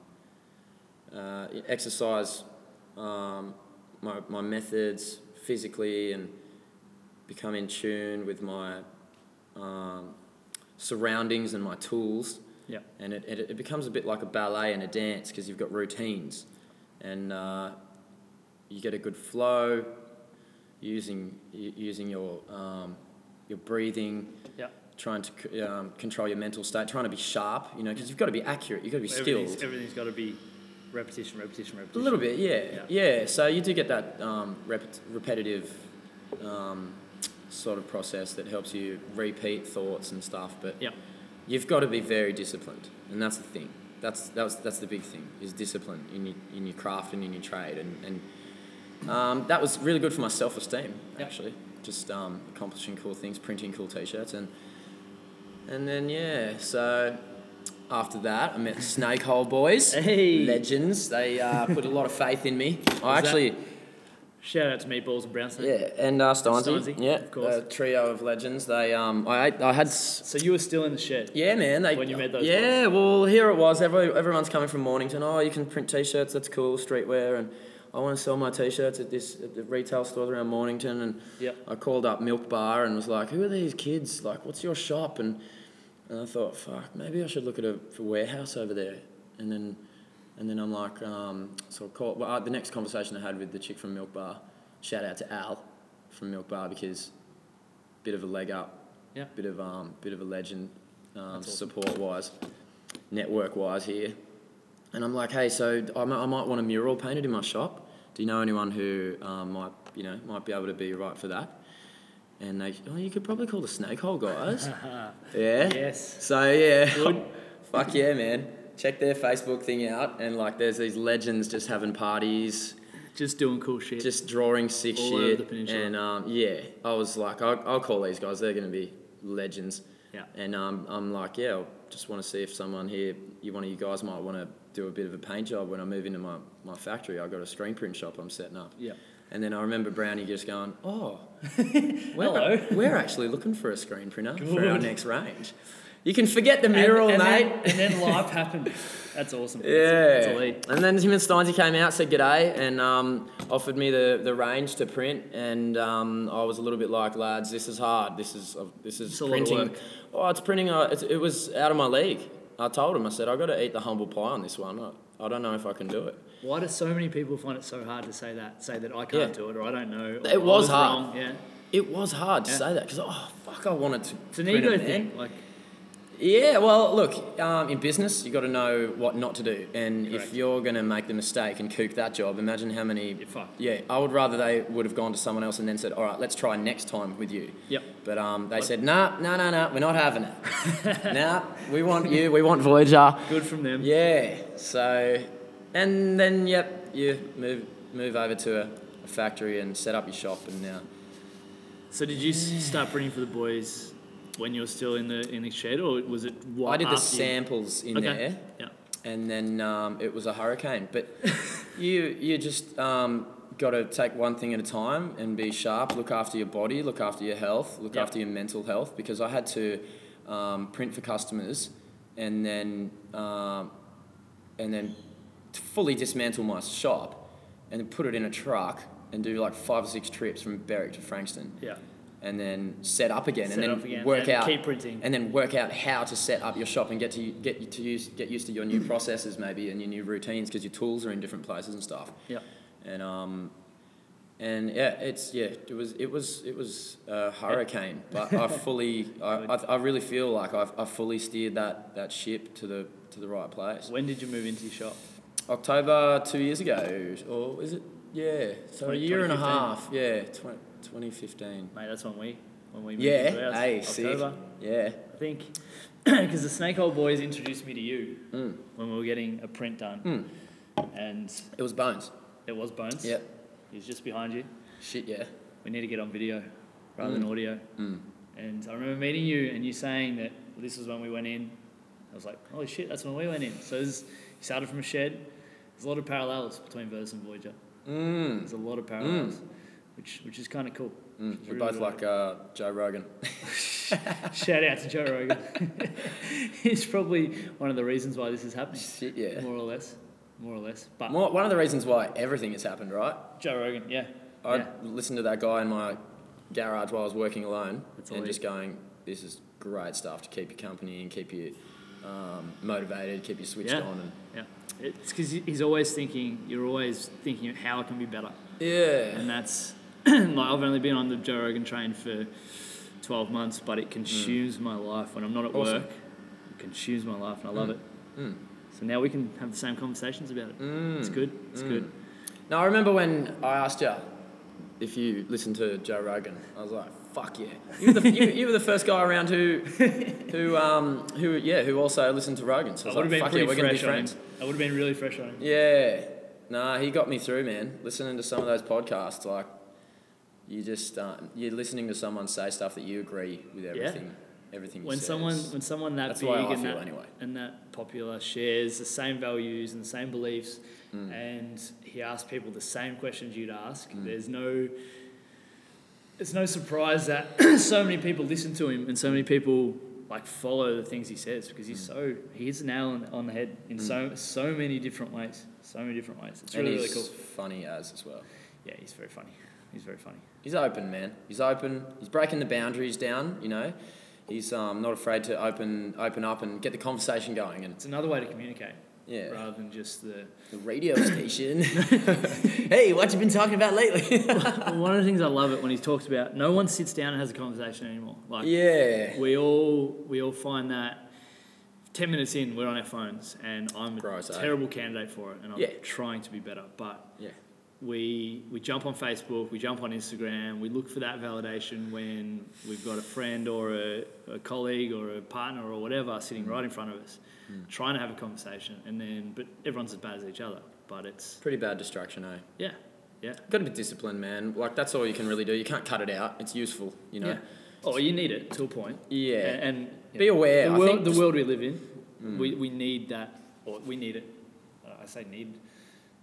Speaker 2: uh, exercise um, my, my methods physically and become in tune with my um, surroundings and my tools.
Speaker 1: Yeah.
Speaker 2: And it, it, it becomes a bit like a ballet and a dance because you've got routines and uh, you get a good flow using, u- using your, um, your breathing
Speaker 1: Yeah.
Speaker 2: trying to c- um, control your mental state, trying to be sharp, you know, because you've got to be accurate, you've got to be
Speaker 1: Everything's,
Speaker 2: skilled.
Speaker 1: everything's got to be repetition, repetition,
Speaker 2: A
Speaker 1: repetition.
Speaker 2: little bit, yeah, yeah. So you do get that um, repet- repetitive um, sort of process that helps you repeat thoughts and stuff, but
Speaker 1: Yeah.
Speaker 2: you've got to be very disciplined, and that's the thing. That's that's that's the big thing is discipline in your in your craft and in your trade, and and um, that was really good for my self esteem
Speaker 1: Yep.
Speaker 2: actually. Just um, accomplishing cool things, printing cool t shirts, and and then yeah. So after that, I met the Snake Hole
Speaker 1: <laughs>
Speaker 2: Boys,
Speaker 1: Hey.
Speaker 2: legends. They uh, put a lot of faith
Speaker 1: <laughs>
Speaker 2: in me. I
Speaker 1: that-
Speaker 2: actually.
Speaker 1: Shout out to Meatballs and Brownstone.
Speaker 2: Yeah, and uh, Steinsy,
Speaker 1: Steinsy,
Speaker 2: yeah,
Speaker 1: of course.
Speaker 2: a trio of legends. They, um, I, I had s-
Speaker 1: So you were still in the shed.
Speaker 2: yeah, man. They,
Speaker 1: When you met those
Speaker 2: Yeah, well, here it was. Every, everyone's coming from Mornington. Oh, you can print T-shirts. That's cool. Streetwear, and I want to sell my T-shirts at this at the retail stores around Mornington. And
Speaker 1: Yep.
Speaker 2: I called up Milk Bar and was like, "Who are these kids? Like, what's your shop?" And and I thought, "Fuck, maybe I should look at a warehouse over there." And then and then I'm like, um, so I call. Well, uh, the next conversation I had with the chick from Milk Bar, shout out to Al from Milk Bar because bit of a leg up
Speaker 1: Yeah.
Speaker 2: bit of um, bit of a legend, um,
Speaker 1: That's awesome.
Speaker 2: support wise, network wise here. And I'm like, hey, so I might, I might want a mural painted in my shop. Do you know anyone who um, might you know might be able to be right for that? And they, oh, you could probably call the snake
Speaker 1: <laughs>
Speaker 2: hole guys. yeah.
Speaker 1: Uh-huh. Yes.
Speaker 2: So yeah.
Speaker 1: Good.
Speaker 2: <laughs> Fuck yeah, man. Check their Facebook thing out, and like, there's these legends just having parties
Speaker 1: Just doing cool shit.
Speaker 2: just drawing sick
Speaker 1: All over
Speaker 2: shit.
Speaker 1: the peninsula.
Speaker 2: and um, yeah, I was like, I'll, I'll call these guys. They're going to be legends.
Speaker 1: Yeah.
Speaker 2: And um, I'm like, yeah, I just want to see if someone here, you one of you guys might want to do a bit of a paint job when I move into my, my factory. I got a screen print shop I'm setting up.
Speaker 1: yeah.
Speaker 2: And then I remember Brownie just going, oh,
Speaker 1: <laughs>
Speaker 2: we're,
Speaker 1: Hello.
Speaker 2: <laughs> we're actually looking for a screen printer for our
Speaker 1: Good.
Speaker 2: next range. You can forget the mural,
Speaker 1: and, and
Speaker 2: mate.
Speaker 1: Then, and then life happened. That's awesome. That's, that's a
Speaker 2: Yeah.
Speaker 1: lead.
Speaker 2: And then him and Steinsy came out, said g'day, and um, offered me the, the range to print. And um, I was a little bit like, lads, this is hard. This is uh, this is
Speaker 1: It's a lot of
Speaker 2: printing.
Speaker 1: work.
Speaker 2: Oh, it's printing. Uh, it's, it was out of my league. I told him, I said, I got to eat the humble pie on this one. I, I don't know if I can do it.
Speaker 1: Why do so many people find it so hard to say that? Say that I can't
Speaker 2: Yeah.
Speaker 1: do it, or I don't know. Or
Speaker 2: It
Speaker 1: I
Speaker 2: was hard.
Speaker 1: Wrong. Yeah.
Speaker 2: It was hard to
Speaker 1: Yeah.
Speaker 2: say that because oh fuck, I wanted to.
Speaker 1: It's an
Speaker 2: print
Speaker 1: ego
Speaker 2: it, man.
Speaker 1: thing. Like
Speaker 2: Yeah, well, look, um, in business, you got to know what not to do. And
Speaker 1: Correct.
Speaker 2: if you're going to make the mistake and kook that job, imagine how many.
Speaker 1: You're fucked.
Speaker 2: Yeah, I would rather they would have gone to someone else and then said, all right, let's try next time with you.
Speaker 1: Yep.
Speaker 2: But um, they said, nah, nah, nah, nah, we're not
Speaker 1: <laughs>
Speaker 2: having it. nah, we want you, we want Voyager.
Speaker 1: good from them.
Speaker 2: Yeah, so, and then, yep, you move, move over to a, a factory and set up your shop and now.
Speaker 1: So did you s start printing for the boys when you were still in the in the shed, or was it? What
Speaker 2: I did the
Speaker 1: after you-
Speaker 2: samples in
Speaker 1: Okay.
Speaker 2: there.
Speaker 1: Yeah.
Speaker 2: and then um, it was a hurricane. But you you just um, got to take one thing at a time and be sharp. Look after your body. Look after your health. Look
Speaker 1: Yep.
Speaker 2: after your mental health because I had to um, print for customers and then um, and then fully dismantle my shop and then put it in a truck and do like five or six trips from Berwick to Frankston,
Speaker 1: Yeah.
Speaker 2: and then set up again,
Speaker 1: Set
Speaker 2: and
Speaker 1: up
Speaker 2: then
Speaker 1: again
Speaker 2: work
Speaker 1: and
Speaker 2: out
Speaker 1: keep printing.
Speaker 2: and then work out how to set up your shop and get to get you to use get used to your
Speaker 1: <clears throat>
Speaker 2: new processes maybe and your new routines because your tools are in different places and stuff.
Speaker 1: Yeah.
Speaker 2: And um, and yeah, it's yeah, it was it was it was a
Speaker 1: <laughs>
Speaker 2: hurricane, but I fully I, I, I really feel like I've I fully steered that that ship to the to the right place.
Speaker 1: When did you move into your shop?
Speaker 2: October two years ago, or is it? Yeah, so a
Speaker 1: Twenty-
Speaker 2: year and a
Speaker 1: 2015.
Speaker 2: half. Yeah, 20, 2015.
Speaker 1: Mate, that's when we when we moved into
Speaker 2: Yeah,
Speaker 1: ours.
Speaker 2: hey, sick.
Speaker 1: October,
Speaker 2: Yeah.
Speaker 1: I think, <clears throat> because the Snake Oil boys introduced me to you
Speaker 2: Mm.
Speaker 1: when we were getting a print done,
Speaker 2: Mm.
Speaker 1: and
Speaker 2: It was bones.
Speaker 1: it was Bones.
Speaker 2: Yeah.
Speaker 1: He was just behind you.
Speaker 2: Shit, yeah.
Speaker 1: We need to get on video rather than audio.
Speaker 2: Mm.
Speaker 1: And I remember meeting you and you saying that well, this was when we went in. I was like, holy shit, that's when we went in. So this, you started from a shed. There's a lot of parallels between Verse and Voyager.
Speaker 2: Mm.
Speaker 1: There's a lot of parallels, which which is kind of cool.
Speaker 2: Mm.
Speaker 1: It's
Speaker 2: We're
Speaker 1: really
Speaker 2: both
Speaker 1: good.
Speaker 2: like uh, Joe Rogan. <laughs>
Speaker 1: Shout out to Joe Rogan. <laughs> it's probably one of the reasons why this is happening,
Speaker 2: Shit, yeah.
Speaker 1: more or less, more or less. But
Speaker 2: More, one of the reasons why everything has happened, right?
Speaker 1: Joe Rogan, yeah,
Speaker 2: I
Speaker 1: yeah,
Speaker 2: listened to that guy in my garage while I was working alone
Speaker 1: That's all
Speaker 2: and
Speaker 1: he-
Speaker 2: just going, this is great stuff to keep you company and keep you um, motivated, keep you switched
Speaker 1: Yeah.
Speaker 2: on. And,
Speaker 1: yeah. It's because he's always thinking. You're always thinking of how it can be better.
Speaker 2: yeah.
Speaker 1: and that's <clears throat> like I've only been on the Joe Rogan train for 12 months, but it consumes my life when I'm not at
Speaker 2: Mm. Awesome.
Speaker 1: work. It consumes my life, and I love it.
Speaker 2: Mm.
Speaker 1: So now we can have the same conversations about it. It's
Speaker 2: Mm.
Speaker 1: good. It's good.
Speaker 2: Now, I remember when I asked you if you listened to Joe Rogan. I was like, fuck yeah. You were the, you, you were the first guy around who, who, um, who, yeah, who also listened to Rogan. So I
Speaker 1: I
Speaker 2: was
Speaker 1: would have
Speaker 2: like,
Speaker 1: been
Speaker 2: fuck yeah,
Speaker 1: pretty
Speaker 2: we're going to be
Speaker 1: fresh on him.
Speaker 2: friends.
Speaker 1: I would have been really fresh on him.
Speaker 2: Yeah. Nah, he got me through, man. Listening to some of those podcasts, like, you just, uh, you're listening to someone say stuff that you agree with everything. Everything you
Speaker 1: When
Speaker 2: says.
Speaker 1: someone, when someone that
Speaker 2: That's
Speaker 1: big
Speaker 2: why I
Speaker 1: and
Speaker 2: feel
Speaker 1: that,
Speaker 2: anyway.
Speaker 1: and that popular shares the same values and the same beliefs,
Speaker 2: Hmm.
Speaker 1: and he asks people the same questions you'd ask. There's no, it's no surprise that <clears throat> so many people listen to him and so many people like follow the things he says because he's
Speaker 2: Hmm.
Speaker 1: so he hits the nail on, on the head in so so many different ways, so many different ways. It's
Speaker 2: and
Speaker 1: really really
Speaker 2: he's
Speaker 1: cool.
Speaker 2: funny as as well.
Speaker 1: Yeah, he's very funny. He's very funny.
Speaker 2: He's open, man. He's open. He's breaking the boundaries down. You know, he's um, not afraid to open open up and get the conversation going. And
Speaker 1: It's another way to communicate
Speaker 2: yeah,
Speaker 1: rather than just the
Speaker 2: the radio station. <laughs> hey, what you been talking about lately? <laughs>
Speaker 1: Well, one of the things I love it when he talks about no one sits down and has a conversation anymore. Like
Speaker 2: yeah,
Speaker 1: we all we all find that ten minutes in we're on our phones and I'm a
Speaker 2: Gross, eh?
Speaker 1: terrible candidate for it and I'm
Speaker 2: Yeah.
Speaker 1: trying to be better. But
Speaker 2: yeah,
Speaker 1: we we jump on Facebook, we jump on Instagram, we look for that validation when we've got a friend or a, a colleague or a partner or whatever
Speaker 2: Mm.
Speaker 1: sitting right in front of us, trying to have a conversation and then but everyone's as bad as each other. But it's
Speaker 2: pretty bad distraction, eh?
Speaker 1: yeah, yeah.
Speaker 2: Got to be disciplined, man. Like that's all you can really do. You can't cut it out. It's useful, you know.
Speaker 1: Yeah. Or you need it to a point.
Speaker 2: Yeah.
Speaker 1: And, and you
Speaker 2: Be
Speaker 1: know,
Speaker 2: aware.
Speaker 1: The
Speaker 2: I
Speaker 1: world,
Speaker 2: think
Speaker 1: the
Speaker 2: just- Mm.
Speaker 1: world we live in, we, we need that, or we need it. Uh, I say need.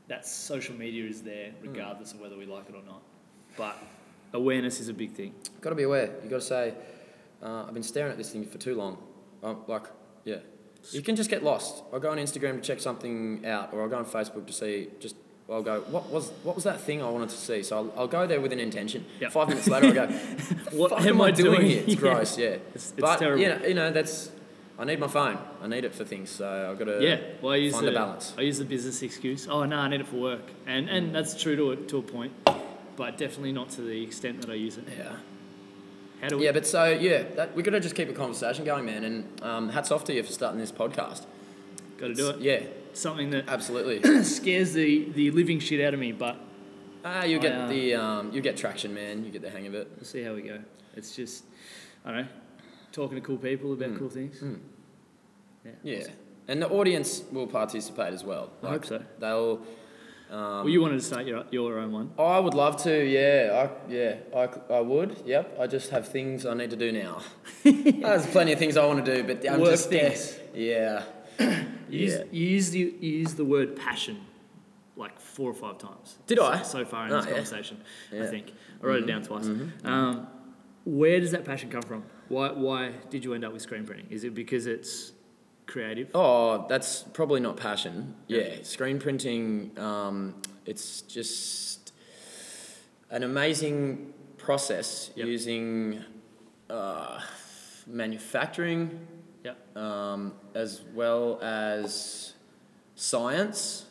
Speaker 1: That social media is there,
Speaker 2: Mm.
Speaker 1: regardless of whether we like it or not. But awareness is a big thing.
Speaker 2: Got to be aware. You got to say, uh, I've been staring at this thing for too long. Um, like, yeah. You can just get lost. I'll go on Instagram to check something out, or I'll go on Facebook to see. Just I'll go. What was what was that thing I wanted to see? So I'll, I'll go there with an intention.
Speaker 1: Yep.
Speaker 2: Five minutes later, I go.
Speaker 1: <laughs> What
Speaker 2: Fuck
Speaker 1: am I doing
Speaker 2: here?
Speaker 1: <laughs>
Speaker 2: It's
Speaker 1: here?
Speaker 2: gross. Yeah.
Speaker 1: It's- it's
Speaker 2: but
Speaker 1: terrible.
Speaker 2: you know, you know that's. I need my phone. I need it for things. So I've got to.
Speaker 1: yeah. Well, I use
Speaker 2: find
Speaker 1: the,
Speaker 2: the balance. Mm.
Speaker 1: I use the business excuse. Oh no, I need it for work, and and that's true to a, to a point, but definitely not to the extent that I use it.
Speaker 2: Yeah.
Speaker 1: How do we?
Speaker 2: Yeah, but so yeah, that, we got to just keep a conversation going, man. And um, hats off to you for starting this podcast.
Speaker 1: Got to do it.
Speaker 2: Yeah,
Speaker 1: Something that <clears throat>
Speaker 2: absolutely.
Speaker 1: scares the the living shit out of me, but
Speaker 2: Ah, you
Speaker 1: I,
Speaker 2: get
Speaker 1: uh,
Speaker 2: the um, you get traction, man. You get the hang of it.
Speaker 1: We'll see how we go. It's just, I don't know, talking to cool people about cool things.
Speaker 2: Mm.
Speaker 1: Yeah.
Speaker 2: Yeah, and the audience will participate as well.
Speaker 1: I hope so.
Speaker 2: They'll. Um,
Speaker 1: well, you wanted to start your, your own one.
Speaker 2: I would love to. Yeah, I yeah I, c- I would. Yep. I just have things I need to do
Speaker 1: <laughs>
Speaker 2: now. <laughs> There's plenty of things I want to do, but I'm
Speaker 1: Work
Speaker 2: just there.
Speaker 1: things.
Speaker 2: <laughs> Yeah.
Speaker 1: You use-
Speaker 2: Yeah.
Speaker 1: you use the you use the word passion like four or five times.
Speaker 2: Did
Speaker 1: so,
Speaker 2: I?
Speaker 1: So far in
Speaker 2: Oh,
Speaker 1: this
Speaker 2: yeah.
Speaker 1: conversation, I
Speaker 2: Yeah. Mm-hmm.
Speaker 1: think I wrote it down twice. Um, where does that passion come from? Why why did you end up with screen printing? Is it because it's creative?
Speaker 2: Oh, that's probably not passion. Yeah, screen printing. Um, it's just an amazing process
Speaker 1: Yep.
Speaker 2: using uh, manufacturing
Speaker 1: Yep.
Speaker 2: um, as well as science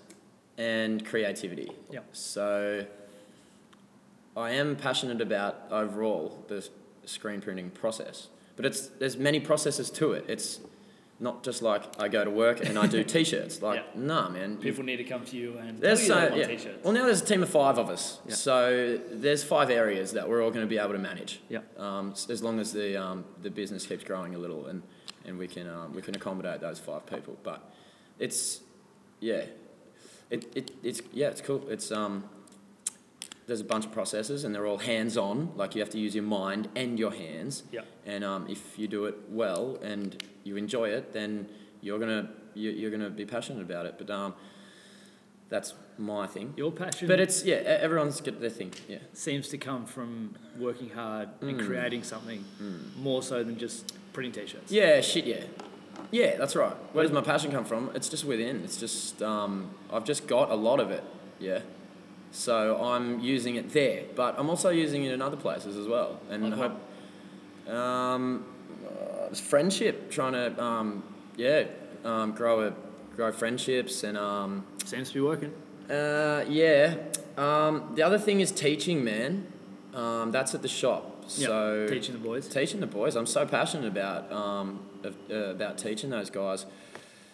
Speaker 2: and creativity.
Speaker 1: Yep.
Speaker 2: So I am passionate about overall the s- screen printing process, but it's there's many processes to it. It's not just like I go to work and I do t-shirts. Like,
Speaker 1: Yep.
Speaker 2: nah, man. you've
Speaker 1: People need to come to you and
Speaker 2: there's
Speaker 1: tell you they
Speaker 2: so,
Speaker 1: want
Speaker 2: yeah. Oh.
Speaker 1: t-shirts.
Speaker 2: Well, now there's a team of five of us,
Speaker 1: Yeah.
Speaker 2: so there's five areas that we're all going to be able to manage.
Speaker 1: Yeah.
Speaker 2: Um, s- as long as the um, the business keeps growing a little, and and we can um, we can accommodate those five people. But it's yeah, it, it it's yeah it's cool. It's um there's a bunch of processes and they're all hands on. Like you have to use your mind and your hands.
Speaker 1: Yeah.
Speaker 2: And um, if you do it well and you enjoy it, then you're gonna you, you're gonna be passionate about it. But um, that's my thing.
Speaker 1: Your passion
Speaker 2: But it's yeah, e- everyone's got their thing. Yeah.
Speaker 1: seems to come from working hard and
Speaker 2: Mm.
Speaker 1: creating something more so than just printing t-shirts.
Speaker 2: Hmm. Yeah, shit, yeah. Yeah, that's right. Where does my passion come from? It's just within. It's just, um, I've just got a lot of it, yeah. So I'm using it there, but I'm also using it in other places as well. And
Speaker 1: Like
Speaker 2: I
Speaker 1: what?
Speaker 2: hope, um, uh, it's friendship, trying to, um, yeah, um, grow a, grow friendships and, um,
Speaker 1: Seems to be working.
Speaker 2: uh, yeah. Um, the other thing is teaching, man. Um, that's at the shop.
Speaker 1: Yeah,
Speaker 2: So
Speaker 1: teaching the boys.
Speaker 2: teaching the boys. I'm so passionate about um, of, uh, about teaching those guys,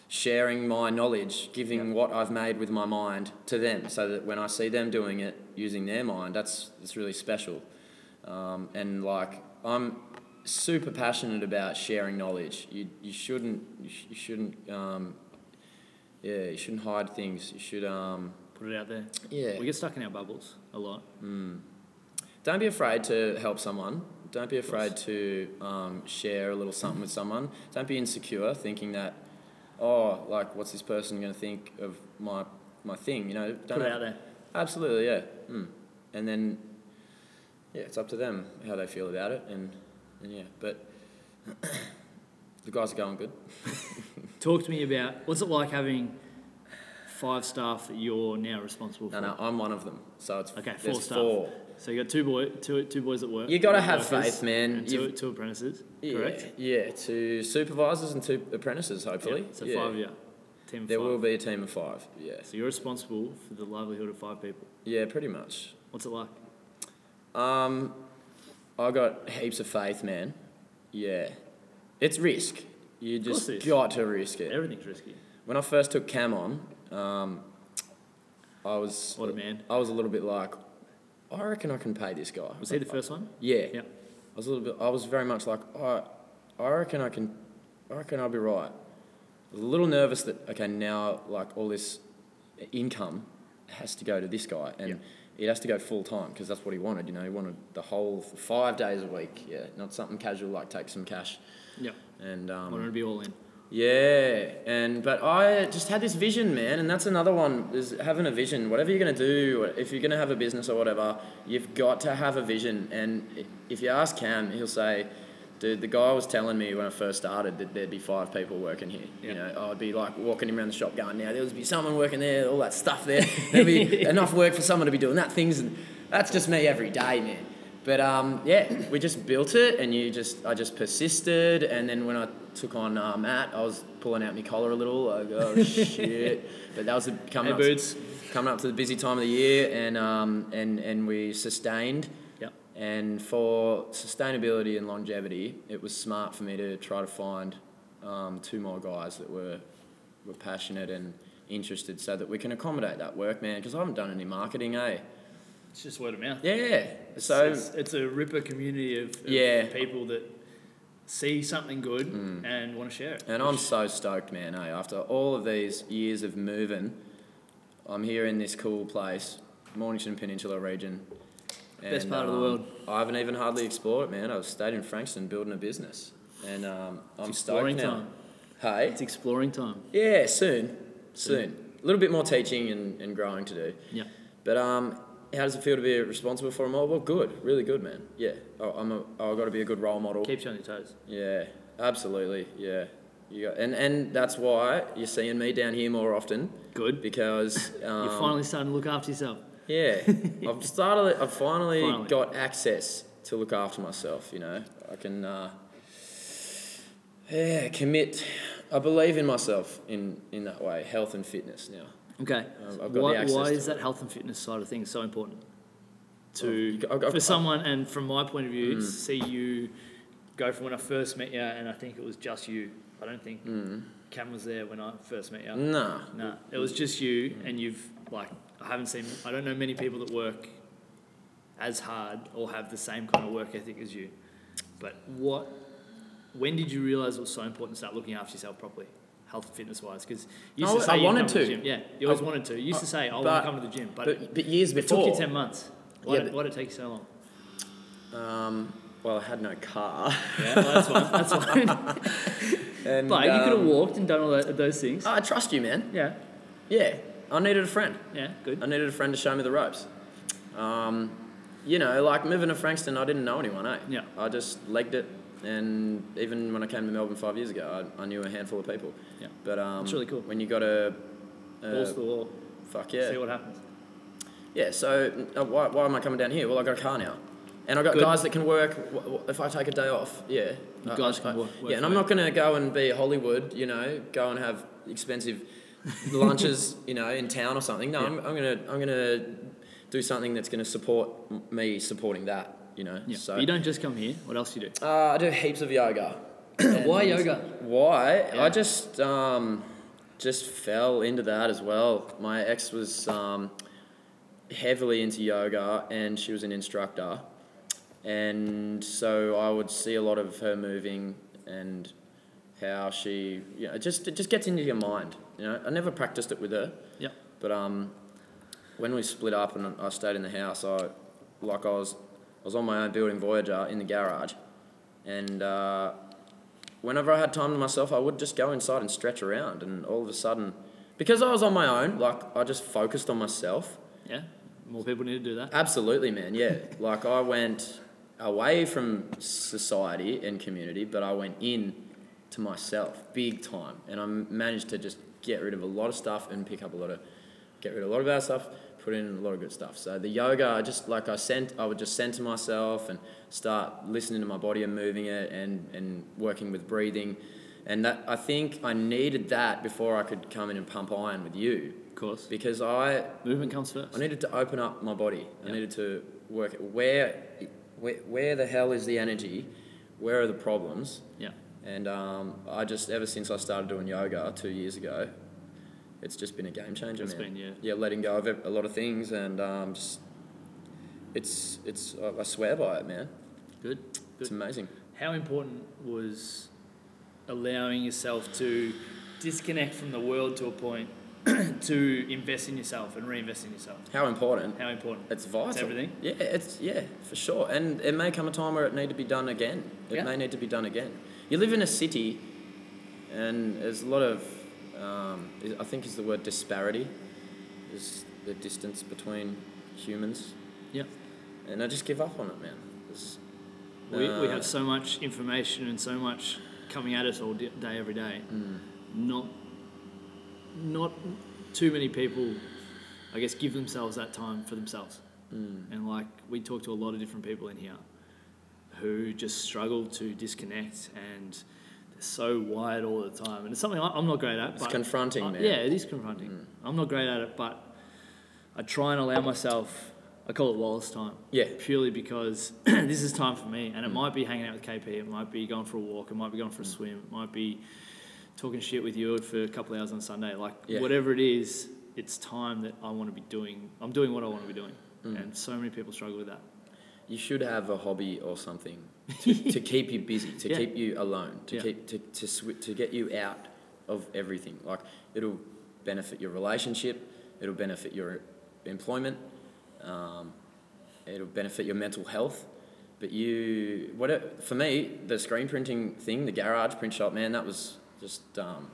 Speaker 2: sharing my knowledge, giving what I've made with my mind to them, so that when I see them doing it using their mind, that's it's really special. Um, and like I'm super passionate about sharing knowledge. You you shouldn't you, sh- you shouldn't um, yeah you shouldn't hide things. You should um,
Speaker 1: Put it out there.
Speaker 2: yeah.
Speaker 1: We get stuck in our bubbles a lot.
Speaker 2: Mm. Don't be afraid to help someone. Don't be afraid to um, share a little something with someone. Don't be insecure thinking that, oh, like, what's this person going to think of my my thing? You know, don't
Speaker 1: Put it out there.
Speaker 2: absolutely, yeah. Mm. And then, yeah, it's up to them how they feel about it, and and yeah, but <coughs> the guys are going good.
Speaker 1: Talk to me about what's it like having five staff that you're now responsible for.
Speaker 2: No, no, I'm one of them, so it's
Speaker 1: Okay, four
Speaker 2: there's
Speaker 1: staff.
Speaker 2: Four.
Speaker 1: So you got two boy, two two boys at work.
Speaker 2: You gotta
Speaker 1: two
Speaker 2: have
Speaker 1: workers,
Speaker 2: faith, man.
Speaker 1: And two,
Speaker 2: You've-
Speaker 1: two apprentices,
Speaker 2: Yeah,
Speaker 1: correct?
Speaker 2: Yeah, two supervisors and two apprentices, hopefully.
Speaker 1: Yeah, So
Speaker 2: Yeah.
Speaker 1: five, yeah, team of
Speaker 2: There
Speaker 1: five.
Speaker 2: will be a team of five. Yeah.
Speaker 1: So you're responsible for the livelihood of five people.
Speaker 2: Yeah, pretty much.
Speaker 1: What's it like?
Speaker 2: Um, I got heaps of faith, man. Yeah, it's risk. You
Speaker 1: course
Speaker 2: just
Speaker 1: it is.
Speaker 2: got to risk it.
Speaker 1: Everything's risky.
Speaker 2: When I first took Cam on, um, I was
Speaker 1: What a man.
Speaker 2: I was a little bit like, I reckon I can pay this guy.
Speaker 1: Was he the first one?
Speaker 2: Yeah.
Speaker 1: Yeah.
Speaker 2: I was a little bit. I was very much like, I, I reckon I can, I reckon I'll be right. I was a little nervous that okay now like all this income has to go to this guy and
Speaker 1: Yeah.
Speaker 2: it has to go full time because that's what he wanted. You know, he wanted the whole five days a week. Yeah, not something casual like take some cash
Speaker 1: Yeah.
Speaker 2: and
Speaker 1: I
Speaker 2: um,
Speaker 1: wanted to be all in.
Speaker 2: yeah, and but I just had this vision, man, and that's another one is having a vision. Whatever you're gonna do, if you're gonna have a business or whatever, you've got to have a vision. And i- if you ask Cam, he'll say, "Dude, the guy was telling me when I first started that there'd be five people working here. You
Speaker 1: Yeah.
Speaker 2: know, I'd be like walking him around the shop, going, now there'll be someone working there, all that stuff there. There'll be enough work for someone to be doing that things, and that's just me every day, man." But um, yeah, we just built it, and you just I just persisted, and then when I took on uh, Matt, I was pulling out my collar a little,
Speaker 1: <laughs>
Speaker 2: like oh shit. But that was the, coming
Speaker 1: Hey,
Speaker 2: up
Speaker 1: boots.
Speaker 2: coming up to the busy time of the year, and um, and and we sustained.
Speaker 1: Yep.
Speaker 2: And for sustainability and longevity, it was smart for me to try to find um, two more guys that were were passionate and interested, so that we can accommodate that work, man. Because I haven't done any marketing, eh?
Speaker 1: It's just word of mouth.
Speaker 2: Yeah.
Speaker 1: It's-
Speaker 2: So.
Speaker 1: it's, it's a ripper community of, of
Speaker 2: Yeah.
Speaker 1: people that see something good Mm. and want to share it.
Speaker 2: And I'm so stoked, man. eh? after all of these years of moving, I'm here in this cool place, Mornington Peninsula region. um,
Speaker 1: Best part of the world.
Speaker 2: I haven't even hardly explored it, man. I've stayed in Frankston building a business, and um, I'm
Speaker 1: exploring
Speaker 2: stoked now.
Speaker 1: time.
Speaker 2: Hey,
Speaker 1: It's exploring time.
Speaker 2: yeah, soon, soon. A little bit more teaching and, and growing to do.
Speaker 1: Yeah.
Speaker 2: But um, how does it feel to be responsible for them all? Well, good, really good, man. Yeah, oh, I'm a, I've got to be a good role model.
Speaker 1: Keeps you on your toes.
Speaker 2: Yeah, absolutely. Yeah, you got, and and that's why you're seeing me down here more often
Speaker 1: Good.
Speaker 2: because
Speaker 1: <laughs>
Speaker 2: um,
Speaker 1: You're finally starting to look after yourself. <laughs>
Speaker 2: Yeah, I've started. I've finally,
Speaker 1: Finally.
Speaker 2: got access to look after myself. You know, I can. Uh, yeah, commit. I believe in myself in in that way, health and fitness now.
Speaker 1: Okay.
Speaker 2: Um, I've got the
Speaker 1: why
Speaker 2: access
Speaker 1: why
Speaker 2: to
Speaker 1: is
Speaker 2: it.
Speaker 1: that health and fitness side of things so important to
Speaker 2: You go- I- I-
Speaker 1: for someone and from my point of view, to see you go from when I first met you, and I think it was just you. I don't think Cam was there when I first met you.
Speaker 2: mm, Nah,
Speaker 1: No, it was just you, and you've like I haven't seen. I don't know many people that work as hard or have the same kind of work ethic as you. But what? When did you realize it was so important to start looking after yourself properly, health and fitness wise? Because you used
Speaker 2: I-
Speaker 1: to say
Speaker 2: I
Speaker 1: you
Speaker 2: wanted
Speaker 1: come to. the
Speaker 2: to.
Speaker 1: gym. Yeah, you always
Speaker 2: I-
Speaker 1: wanted to. You used to say I want
Speaker 2: but-
Speaker 1: to come to the gym, but, it,
Speaker 2: but but years
Speaker 1: it took
Speaker 2: before.
Speaker 1: you ten months. Why,
Speaker 2: Yeah,
Speaker 1: did,
Speaker 2: but-
Speaker 1: why did it take you so
Speaker 2: <laughs>
Speaker 1: long?
Speaker 2: um, well, I had no car. <laughs>
Speaker 1: Yeah, well, that's one. That's one. <laughs>
Speaker 2: And,
Speaker 1: but you could have
Speaker 2: um, Uh,
Speaker 1: walked and done all that, those things.
Speaker 2: I trust you, man.
Speaker 1: yeah,
Speaker 2: Yeah, I needed a friend.
Speaker 1: yeah, good.
Speaker 2: I needed a friend to show me the ropes. Um, you know, like moving to Frankston, I didn't know anyone, eh?
Speaker 1: Yeah.
Speaker 2: I just legged it, and even when I came to Melbourne five years ago, I, I knew a handful of people.
Speaker 1: Yeah.
Speaker 2: But um,
Speaker 1: That's really cool.
Speaker 2: When you got a,
Speaker 1: Balls
Speaker 2: a
Speaker 1: to the wall.
Speaker 2: fuck
Speaker 1: See
Speaker 2: yeah,
Speaker 1: what happens.
Speaker 2: yeah. So uh, why, why am I coming down here? Well, I got a car now, and I got
Speaker 1: Good.
Speaker 2: guys that can work. W- w- if I take a day off, yeah,
Speaker 1: You
Speaker 2: I-
Speaker 1: guys
Speaker 2: I-
Speaker 1: can
Speaker 2: I-
Speaker 1: work- work
Speaker 2: yeah, and I'm
Speaker 1: late.
Speaker 2: not gonna go and be Hollywood, you know, go and have
Speaker 1: <laughs>
Speaker 2: expensive lunches, you know, in town or something. No, I'm, I'm gonna I'm gonna do something that's gonna support m- me supporting that, you know.
Speaker 1: Yeah.
Speaker 2: So
Speaker 1: But you don't just come here. What else do you do?
Speaker 2: uh, I do heaps of yoga.
Speaker 1: Why
Speaker 2: And
Speaker 1: yoga?
Speaker 2: Why?
Speaker 1: Yeah.
Speaker 2: I just um, just fell into that as well. My ex was um, heavily into yoga, and she was an instructor, and so I would see a lot of her moving and how she, you know, it just it just gets into your mind. You know, I never practiced it with her.
Speaker 1: Yeah.
Speaker 2: But um, when we split up and I stayed in the house, I like I was I was on my own building Voyager in the garage, and uh, whenever I had time to myself, I would just go inside and stretch around, and all of a sudden, because I was on my own, like I just focused on myself.
Speaker 1: Yeah. More people need to do that.
Speaker 2: Absolutely, man. Yeah, like I went away from society and community, but I went in to myself big time, and I managed to just get rid of a lot of stuff and pick up a lot of, get rid of a lot of bad stuff, put in a lot of good stuff. So the yoga, I just like I sent, I would just send to myself and start listening to my body and moving it and and working with breathing, and that I think I needed that before I could come in and pump iron with you
Speaker 1: Of course.
Speaker 2: because I
Speaker 1: Movement comes first.
Speaker 2: I needed to open up my body. I
Speaker 1: Yeah.
Speaker 2: needed to work it. Where, where, where the hell is the energy? Where are the problems?
Speaker 1: yeah.
Speaker 2: And um, I just ever since I started doing yoga two years ago, it's just been a game changer.
Speaker 1: It's
Speaker 2: man.
Speaker 1: been, yeah.
Speaker 2: Yeah, letting go of a lot of things and um, just it's it's I I swear by it, man.
Speaker 1: Good.
Speaker 2: It's
Speaker 1: Good.
Speaker 2: amazing.
Speaker 1: How important was allowing yourself to disconnect from the world to a point <clears throat> to invest in yourself and reinvest in yourself?
Speaker 2: How important.
Speaker 1: How important?
Speaker 2: It's vital.
Speaker 1: everything.
Speaker 2: Yeah, it's yeah, for sure. And it may come a time where it need to be done again. It
Speaker 1: Yeah.
Speaker 2: may need to be done again. You live in a city, and there's a lot of, um, is- I think is the word disparity, is the distance between humans,
Speaker 1: Yeah.
Speaker 2: and I just give up on it, man. It's-
Speaker 1: We, we
Speaker 2: uh,
Speaker 1: have so much information and so much coming at us all di- day, every day.
Speaker 2: Hmm.
Speaker 1: Not, not too many people, I guess, give themselves that time for themselves.
Speaker 2: Hmm.
Speaker 1: And like we talk to a lot of different people in here who just struggle to disconnect and they're so wired all the time. And it's something I- I'm not great at.
Speaker 2: It's
Speaker 1: but
Speaker 2: confronting, Mm.
Speaker 1: I-
Speaker 2: man.
Speaker 1: Uh, Yeah, it is confronting. I'm not great at it, but I try and allow myself. I call it Wallace time
Speaker 2: yeah, Mm.
Speaker 1: purely because <clears throat> this is time for me, and it might be hanging out with KP, it might be going for a walk, it might be going for a swim, it might be talking shit with you for a couple of hours on Sunday. Like
Speaker 2: Yeah.
Speaker 1: whatever it is, it's time that I want to be doing. I'm doing what I want to be doing,
Speaker 2: Mm.
Speaker 1: and so many people struggle with that.
Speaker 2: you should have a hobby or
Speaker 1: <laughs>
Speaker 2: something to, to keep you busy, to
Speaker 1: Yeah.
Speaker 2: keep you alone, to
Speaker 1: Yeah.
Speaker 2: keep to to, swi to get you out of everything. Like it'll benefit your relationship, it'll benefit your employment, um, it'll benefit your mental health. But you, what it, for me, the screen printing thing, the garage print shop, man, that was just um,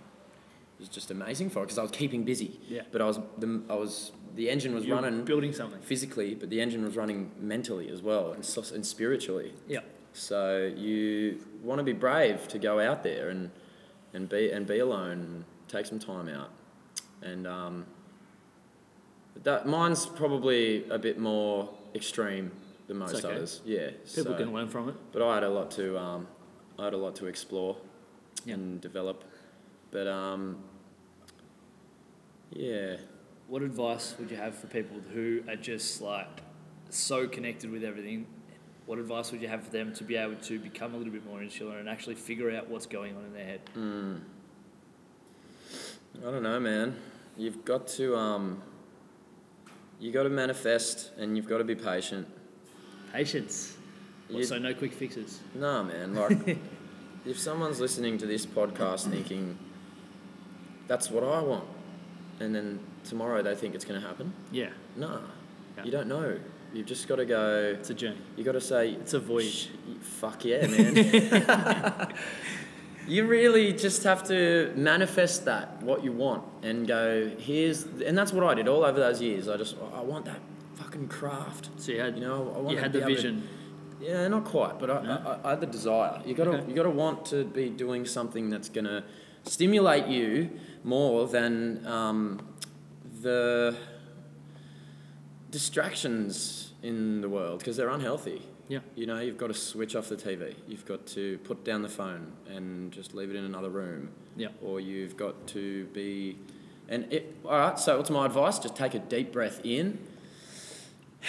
Speaker 2: it was just amazing for it because I was keeping busy.
Speaker 1: Yeah.
Speaker 2: But I was the I was the engine was
Speaker 1: You're
Speaker 2: running
Speaker 1: building something.
Speaker 2: physically, but the engine was running mentally as well and, so- and spiritually.
Speaker 1: Yeah,
Speaker 2: So you want to be brave to go out there and and be and be alone, and take some time out, and um, That mine's probably a bit more extreme than most
Speaker 1: okay.
Speaker 2: others. Yeah.
Speaker 1: People
Speaker 2: so-
Speaker 1: can learn from it.
Speaker 2: but I had a lot to um, I had a lot to explore
Speaker 1: Yeah.
Speaker 2: and develop. But um, yeah,
Speaker 1: What advice would you have for people who are just like so connected with everything? What advice would you have for them to be able to become a little bit more insular and actually figure out what's going on in their head?
Speaker 2: mm, I don't know, man. You've got to um, you got to manifest, and you've got to be patient.
Speaker 1: Mm. Patience. What,
Speaker 2: You-
Speaker 1: so no quick fixes.
Speaker 2: Nah, man. Like, if someone's listening to this podcast thinking, that's what I want, and then tomorrow they think it's going to happen,
Speaker 1: Yeah,
Speaker 2: nah,
Speaker 1: Yeah.
Speaker 2: you don't know. You've just got to go,
Speaker 1: it's a journey.
Speaker 2: you got to say,
Speaker 1: It's a
Speaker 2: Sh-
Speaker 1: voyage.
Speaker 2: Fuck yeah, man. <laughs> you really just have to manifest that, what you want, and go, here's, and that's what I did all over those years. I just, "Oh, I want that fucking craft.
Speaker 1: So you had
Speaker 2: You know, I want
Speaker 1: you
Speaker 2: to
Speaker 1: had
Speaker 2: be
Speaker 1: the
Speaker 2: able to-
Speaker 1: vision.
Speaker 2: Yeah, not quite, but I,
Speaker 1: No?
Speaker 2: I, I, I had the desire. You gotta,
Speaker 1: Okay.
Speaker 2: you gotta want to be doing something that's gonna stimulate you more than um, the distractions in the world because they're unhealthy.
Speaker 1: Yeah.
Speaker 2: You know, you've got to switch off the TV. You've got to put down the phone and just leave it in another room.
Speaker 1: Yeah.
Speaker 2: Or you've got to be, and it. All right. So what's my advice? Just take a deep breath in, <sighs>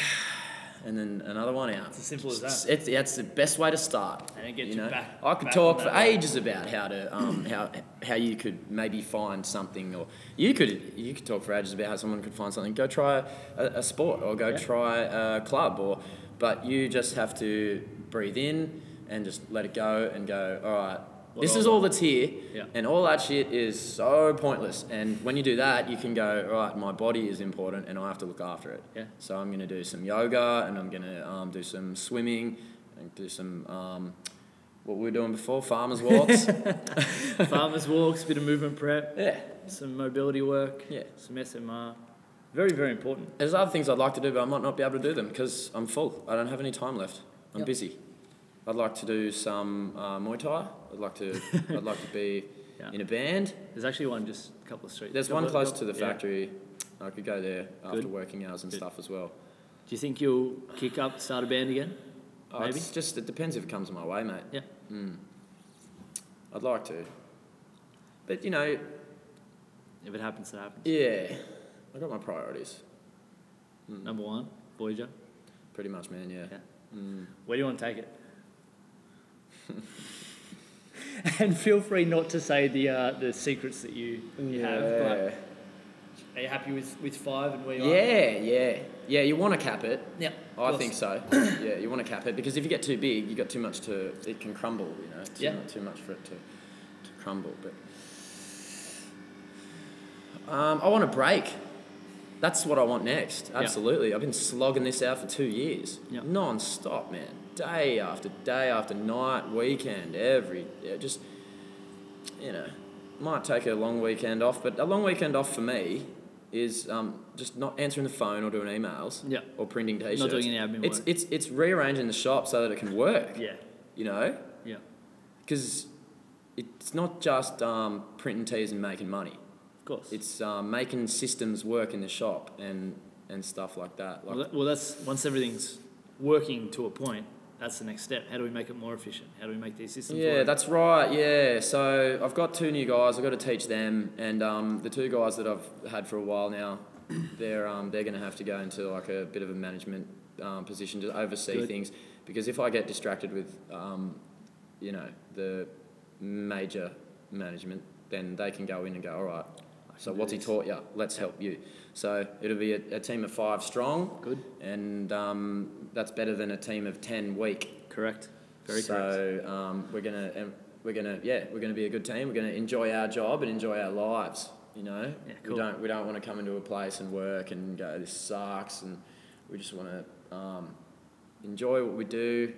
Speaker 2: and then another one out.
Speaker 1: It's as simple as
Speaker 2: Just-
Speaker 1: that.
Speaker 2: It's, that's the best way to start.
Speaker 1: And it gets
Speaker 2: you
Speaker 1: you
Speaker 2: know?
Speaker 1: back-
Speaker 2: I could
Speaker 1: back
Speaker 2: talk
Speaker 1: on
Speaker 2: for
Speaker 1: that way.
Speaker 2: ages about how
Speaker 1: <clears throat>
Speaker 2: to um, how how you could maybe find something, or you could you could talk for ages about how someone could find something. Go try a, a sport, or go
Speaker 1: Yeah.
Speaker 2: try a club, or but you just have to breathe in and just let it go and go. All right,
Speaker 1: What
Speaker 2: this
Speaker 1: do I
Speaker 2: is all that's here,
Speaker 1: Yeah.
Speaker 2: and all that shit is so pointless. And when you do that, you can go. All right, my body is important, and I have to look after it.
Speaker 1: Yeah.
Speaker 2: So I'm gonna do some yoga and I'm gonna um, do some swimming and do some um, what we were doing before
Speaker 1: <laughs>
Speaker 2: farmers walks.
Speaker 1: <laughs> Farmers walks, bit of movement prep,
Speaker 2: yeah,
Speaker 1: some mobility work,
Speaker 2: yeah.
Speaker 1: some SMR. Very very important.
Speaker 2: There's other things I'd like to do, but I might not be able to do them because I'm full. I don't have any time left. I'm
Speaker 1: Yep.
Speaker 2: busy. I'd like to do some uh, Muay Thai. I'd like to. I'd like to be
Speaker 1: <laughs> Yeah.
Speaker 2: in a band.
Speaker 1: There's actually one just a couple of streets.
Speaker 2: There's one
Speaker 1: couple-
Speaker 2: close to the
Speaker 1: yeah.
Speaker 2: factory. I could go there after
Speaker 1: Good.
Speaker 2: working hours and
Speaker 1: Good.
Speaker 2: stuff as well.
Speaker 1: Do you think you'll kick up, start a band again?
Speaker 2: Oh,
Speaker 1: Maybe.
Speaker 2: It's just it depends if it comes my way, mate.
Speaker 1: Yeah.
Speaker 2: Mm. I'd like to. But you know,
Speaker 1: If it happens, it happens.
Speaker 2: yeah, I got my priorities. Mm.
Speaker 1: Number one, Voyager.
Speaker 2: Pretty much, man. Yeah.
Speaker 1: Yeah.
Speaker 2: Mm.
Speaker 1: Where do you want to take it? <laughs> and feel free not to say the uh, the secrets that you, you have.
Speaker 2: Yeah.
Speaker 1: But are you happy with, with five and where you are?
Speaker 2: yeah, yeah, yeah. You want to cap it.
Speaker 1: Yeah.
Speaker 2: I
Speaker 1: <clears throat>
Speaker 2: think so. yeah, you want to cap it because if you get too big, you got too much to. It can crumble. You know, too,
Speaker 1: Yeah.
Speaker 2: mu- too much for it to, to crumble. But um, I want a break. That's what I want next.
Speaker 1: Yeah.
Speaker 2: Absolutely. I've been slogging this out for two years,
Speaker 1: Yeah.
Speaker 2: non-stop, man. Day after day after night, weekend, every yeah, just you know, might take a long weekend off, but a long weekend off for me is um, just not answering the phone or doing emails
Speaker 1: Yeah.
Speaker 2: or printing t-shirts.
Speaker 1: Not doing any admin
Speaker 2: it's,
Speaker 1: work.
Speaker 2: It's, it's rearranging the shop so that it can work,
Speaker 1: Yeah.
Speaker 2: you know?
Speaker 1: Yeah.
Speaker 2: Because it's not just um, printing teas and making money.
Speaker 1: Of course.
Speaker 2: It's um, making systems work in the shop and, and stuff like that.
Speaker 1: well,
Speaker 2: Like,
Speaker 1: that, well, that's once everything's working to a point. That's the next step. How do we make it more efficient? How do we make these systems?
Speaker 2: yeah,
Speaker 1: work?
Speaker 2: that's right. Yeah, so I've got two new guys. I've got to teach them, and um, the two guys that I've had for a while now, <coughs> they're um, they're going to have to go into like a bit of a management um, position to oversee
Speaker 1: Good.
Speaker 2: things, because if I get distracted with, um, you know, the major management, then they can go in and go, all right.
Speaker 1: I can
Speaker 2: So
Speaker 1: do
Speaker 2: what's he
Speaker 1: this."
Speaker 2: taught you? Let's help you. So it'll be a, a team of five strong,
Speaker 1: Good.
Speaker 2: and um, that's better than a team of ten weak
Speaker 1: Correct. Very correct.
Speaker 2: so um, we're gonna um, we're gonna yeah we're gonna be a good team. We're gonna enjoy our job and enjoy our lives. You know,
Speaker 1: Yeah,
Speaker 2: we
Speaker 1: cool.
Speaker 2: don't we don't want to come into a place and work and go this sucks and we just want to um, enjoy what we do.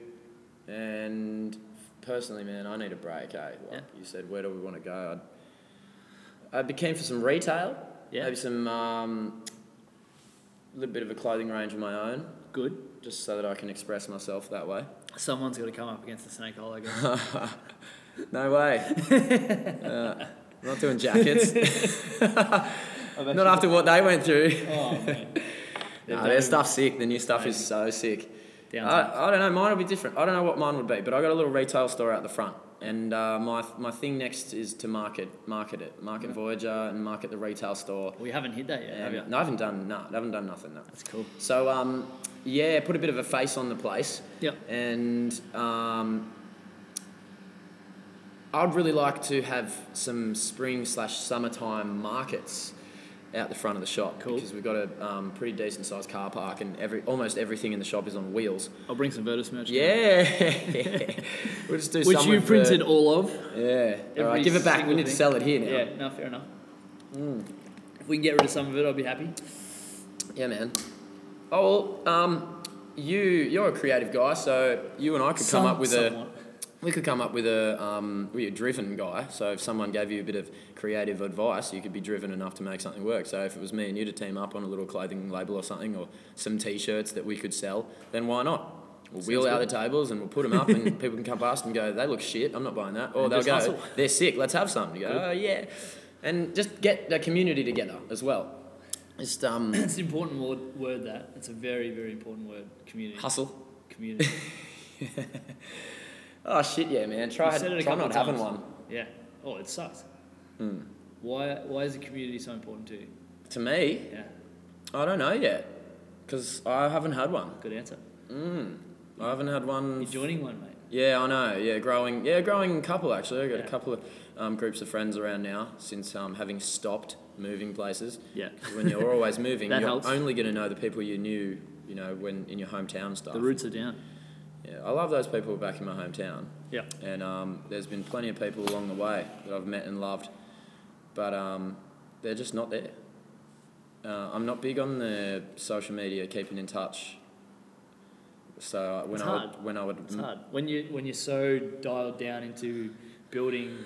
Speaker 2: And personally, man, I need a break. Eh? Like
Speaker 1: Yeah.
Speaker 2: you said, where do we want to go? I'd, I'd be keen for some retail.
Speaker 1: Yeah.
Speaker 2: Maybe some um, little bit of a clothing range of my own,
Speaker 1: Good.
Speaker 2: just so that I can express myself that way.
Speaker 1: Someone's got to come up against the snake hole, I guess.
Speaker 2: no way. Uh, I'm not doing jackets. <laughs> Not after what they went through.
Speaker 1: Oh, mate.
Speaker 2: <laughs> Nah,
Speaker 1: They've
Speaker 2: their
Speaker 1: done-
Speaker 2: stuff sick. The new stuff is so sick.
Speaker 1: Down times.
Speaker 2: I, I don't know. Mine will be different. I don't know what mine would be, but I got a little retail store out the front, and uh, my my thing next is to market market it, market Voyager, and market the retail store.
Speaker 1: We haven't hit that yet, have
Speaker 2: And-
Speaker 1: you?
Speaker 2: no, I haven't done no, I haven't done nothing. No.
Speaker 1: That's cool.
Speaker 2: So um, yeah, put a bit of a face on the place,
Speaker 1: Yep.
Speaker 2: and um, I'd really like to have some spring slash summertime markets out the front of the shop
Speaker 1: Cool.
Speaker 2: because we've got a um, pretty decent sized car park and every almost everything in the shop is on wheels.
Speaker 1: I'll bring some Virtus merch.
Speaker 2: Yeah, <laughs> we'll just do
Speaker 1: Which
Speaker 2: somewhere
Speaker 1: you
Speaker 2: for-
Speaker 1: printed all of.
Speaker 2: Yeah, all
Speaker 1: every
Speaker 2: right, give it back.
Speaker 1: single
Speaker 2: We need to
Speaker 1: thing.
Speaker 2: sell it here now.
Speaker 1: Yeah, no, fair enough.
Speaker 2: Hmm.
Speaker 1: If we can get rid of some of it, I'll be happy.
Speaker 2: Yeah, man. Oh, well, um, you you're a creative guy, so you and I could come up with a we could come up with a um, well, you're a driven guy. So if someone gave you a bit of creative advice, you could be driven enough to make something work. So if it was me and you to team up on a little clothing label or something, or some T-shirts that we could sell, then why not? We'll wheel out the tables and we'll put them
Speaker 1: <laughs>
Speaker 2: up, and people can come past and go, "They look shit. I'm not buying that." Or
Speaker 1: And
Speaker 2: they'll
Speaker 1: just
Speaker 2: go,
Speaker 1: hustle.
Speaker 2: "They're sick. Let's have some." You go, "Oh yeah," and just get the community together as well. Just um, <coughs>
Speaker 1: It's an important word, word that. It's a very, very important word. Community.
Speaker 2: hustle. <laughs>
Speaker 1: Community.
Speaker 2: Oh shit, yeah, man. Try,
Speaker 1: You've said it a
Speaker 2: try
Speaker 1: couple of
Speaker 2: not having
Speaker 1: times.
Speaker 2: one. Hmm.
Speaker 1: yeah. Oh, it sucks. Why, why is the community so important to you?
Speaker 2: To me,
Speaker 1: Yeah,
Speaker 2: I don't know yet, because I haven't had one.
Speaker 1: good answer.
Speaker 2: Mm. I haven't had one.
Speaker 1: You're joining one, mate.
Speaker 2: Yeah, I know. Yeah, growing. Yeah, growing couple actually. I got
Speaker 1: Yeah.
Speaker 2: a couple of um, groups of friends around now since um, having stopped moving places.
Speaker 1: Yeah.
Speaker 2: When
Speaker 1: <laughs>
Speaker 2: you're always moving,
Speaker 1: That
Speaker 2: you're
Speaker 1: helps.
Speaker 2: only going to know the people you knew. You know, when in your hometown and stuff.
Speaker 1: The roots are down.
Speaker 2: Yeah, I love those people back in my hometown.
Speaker 1: Yeah.
Speaker 2: and um, there's been plenty of people along the way that I've met and loved, but um, they're just not there. Uh, I'm not big on the social media, keeping in touch. So uh, when
Speaker 1: It's
Speaker 2: I
Speaker 1: hard.
Speaker 2: would, when I would
Speaker 1: It's hard when you when you're so dialed down into building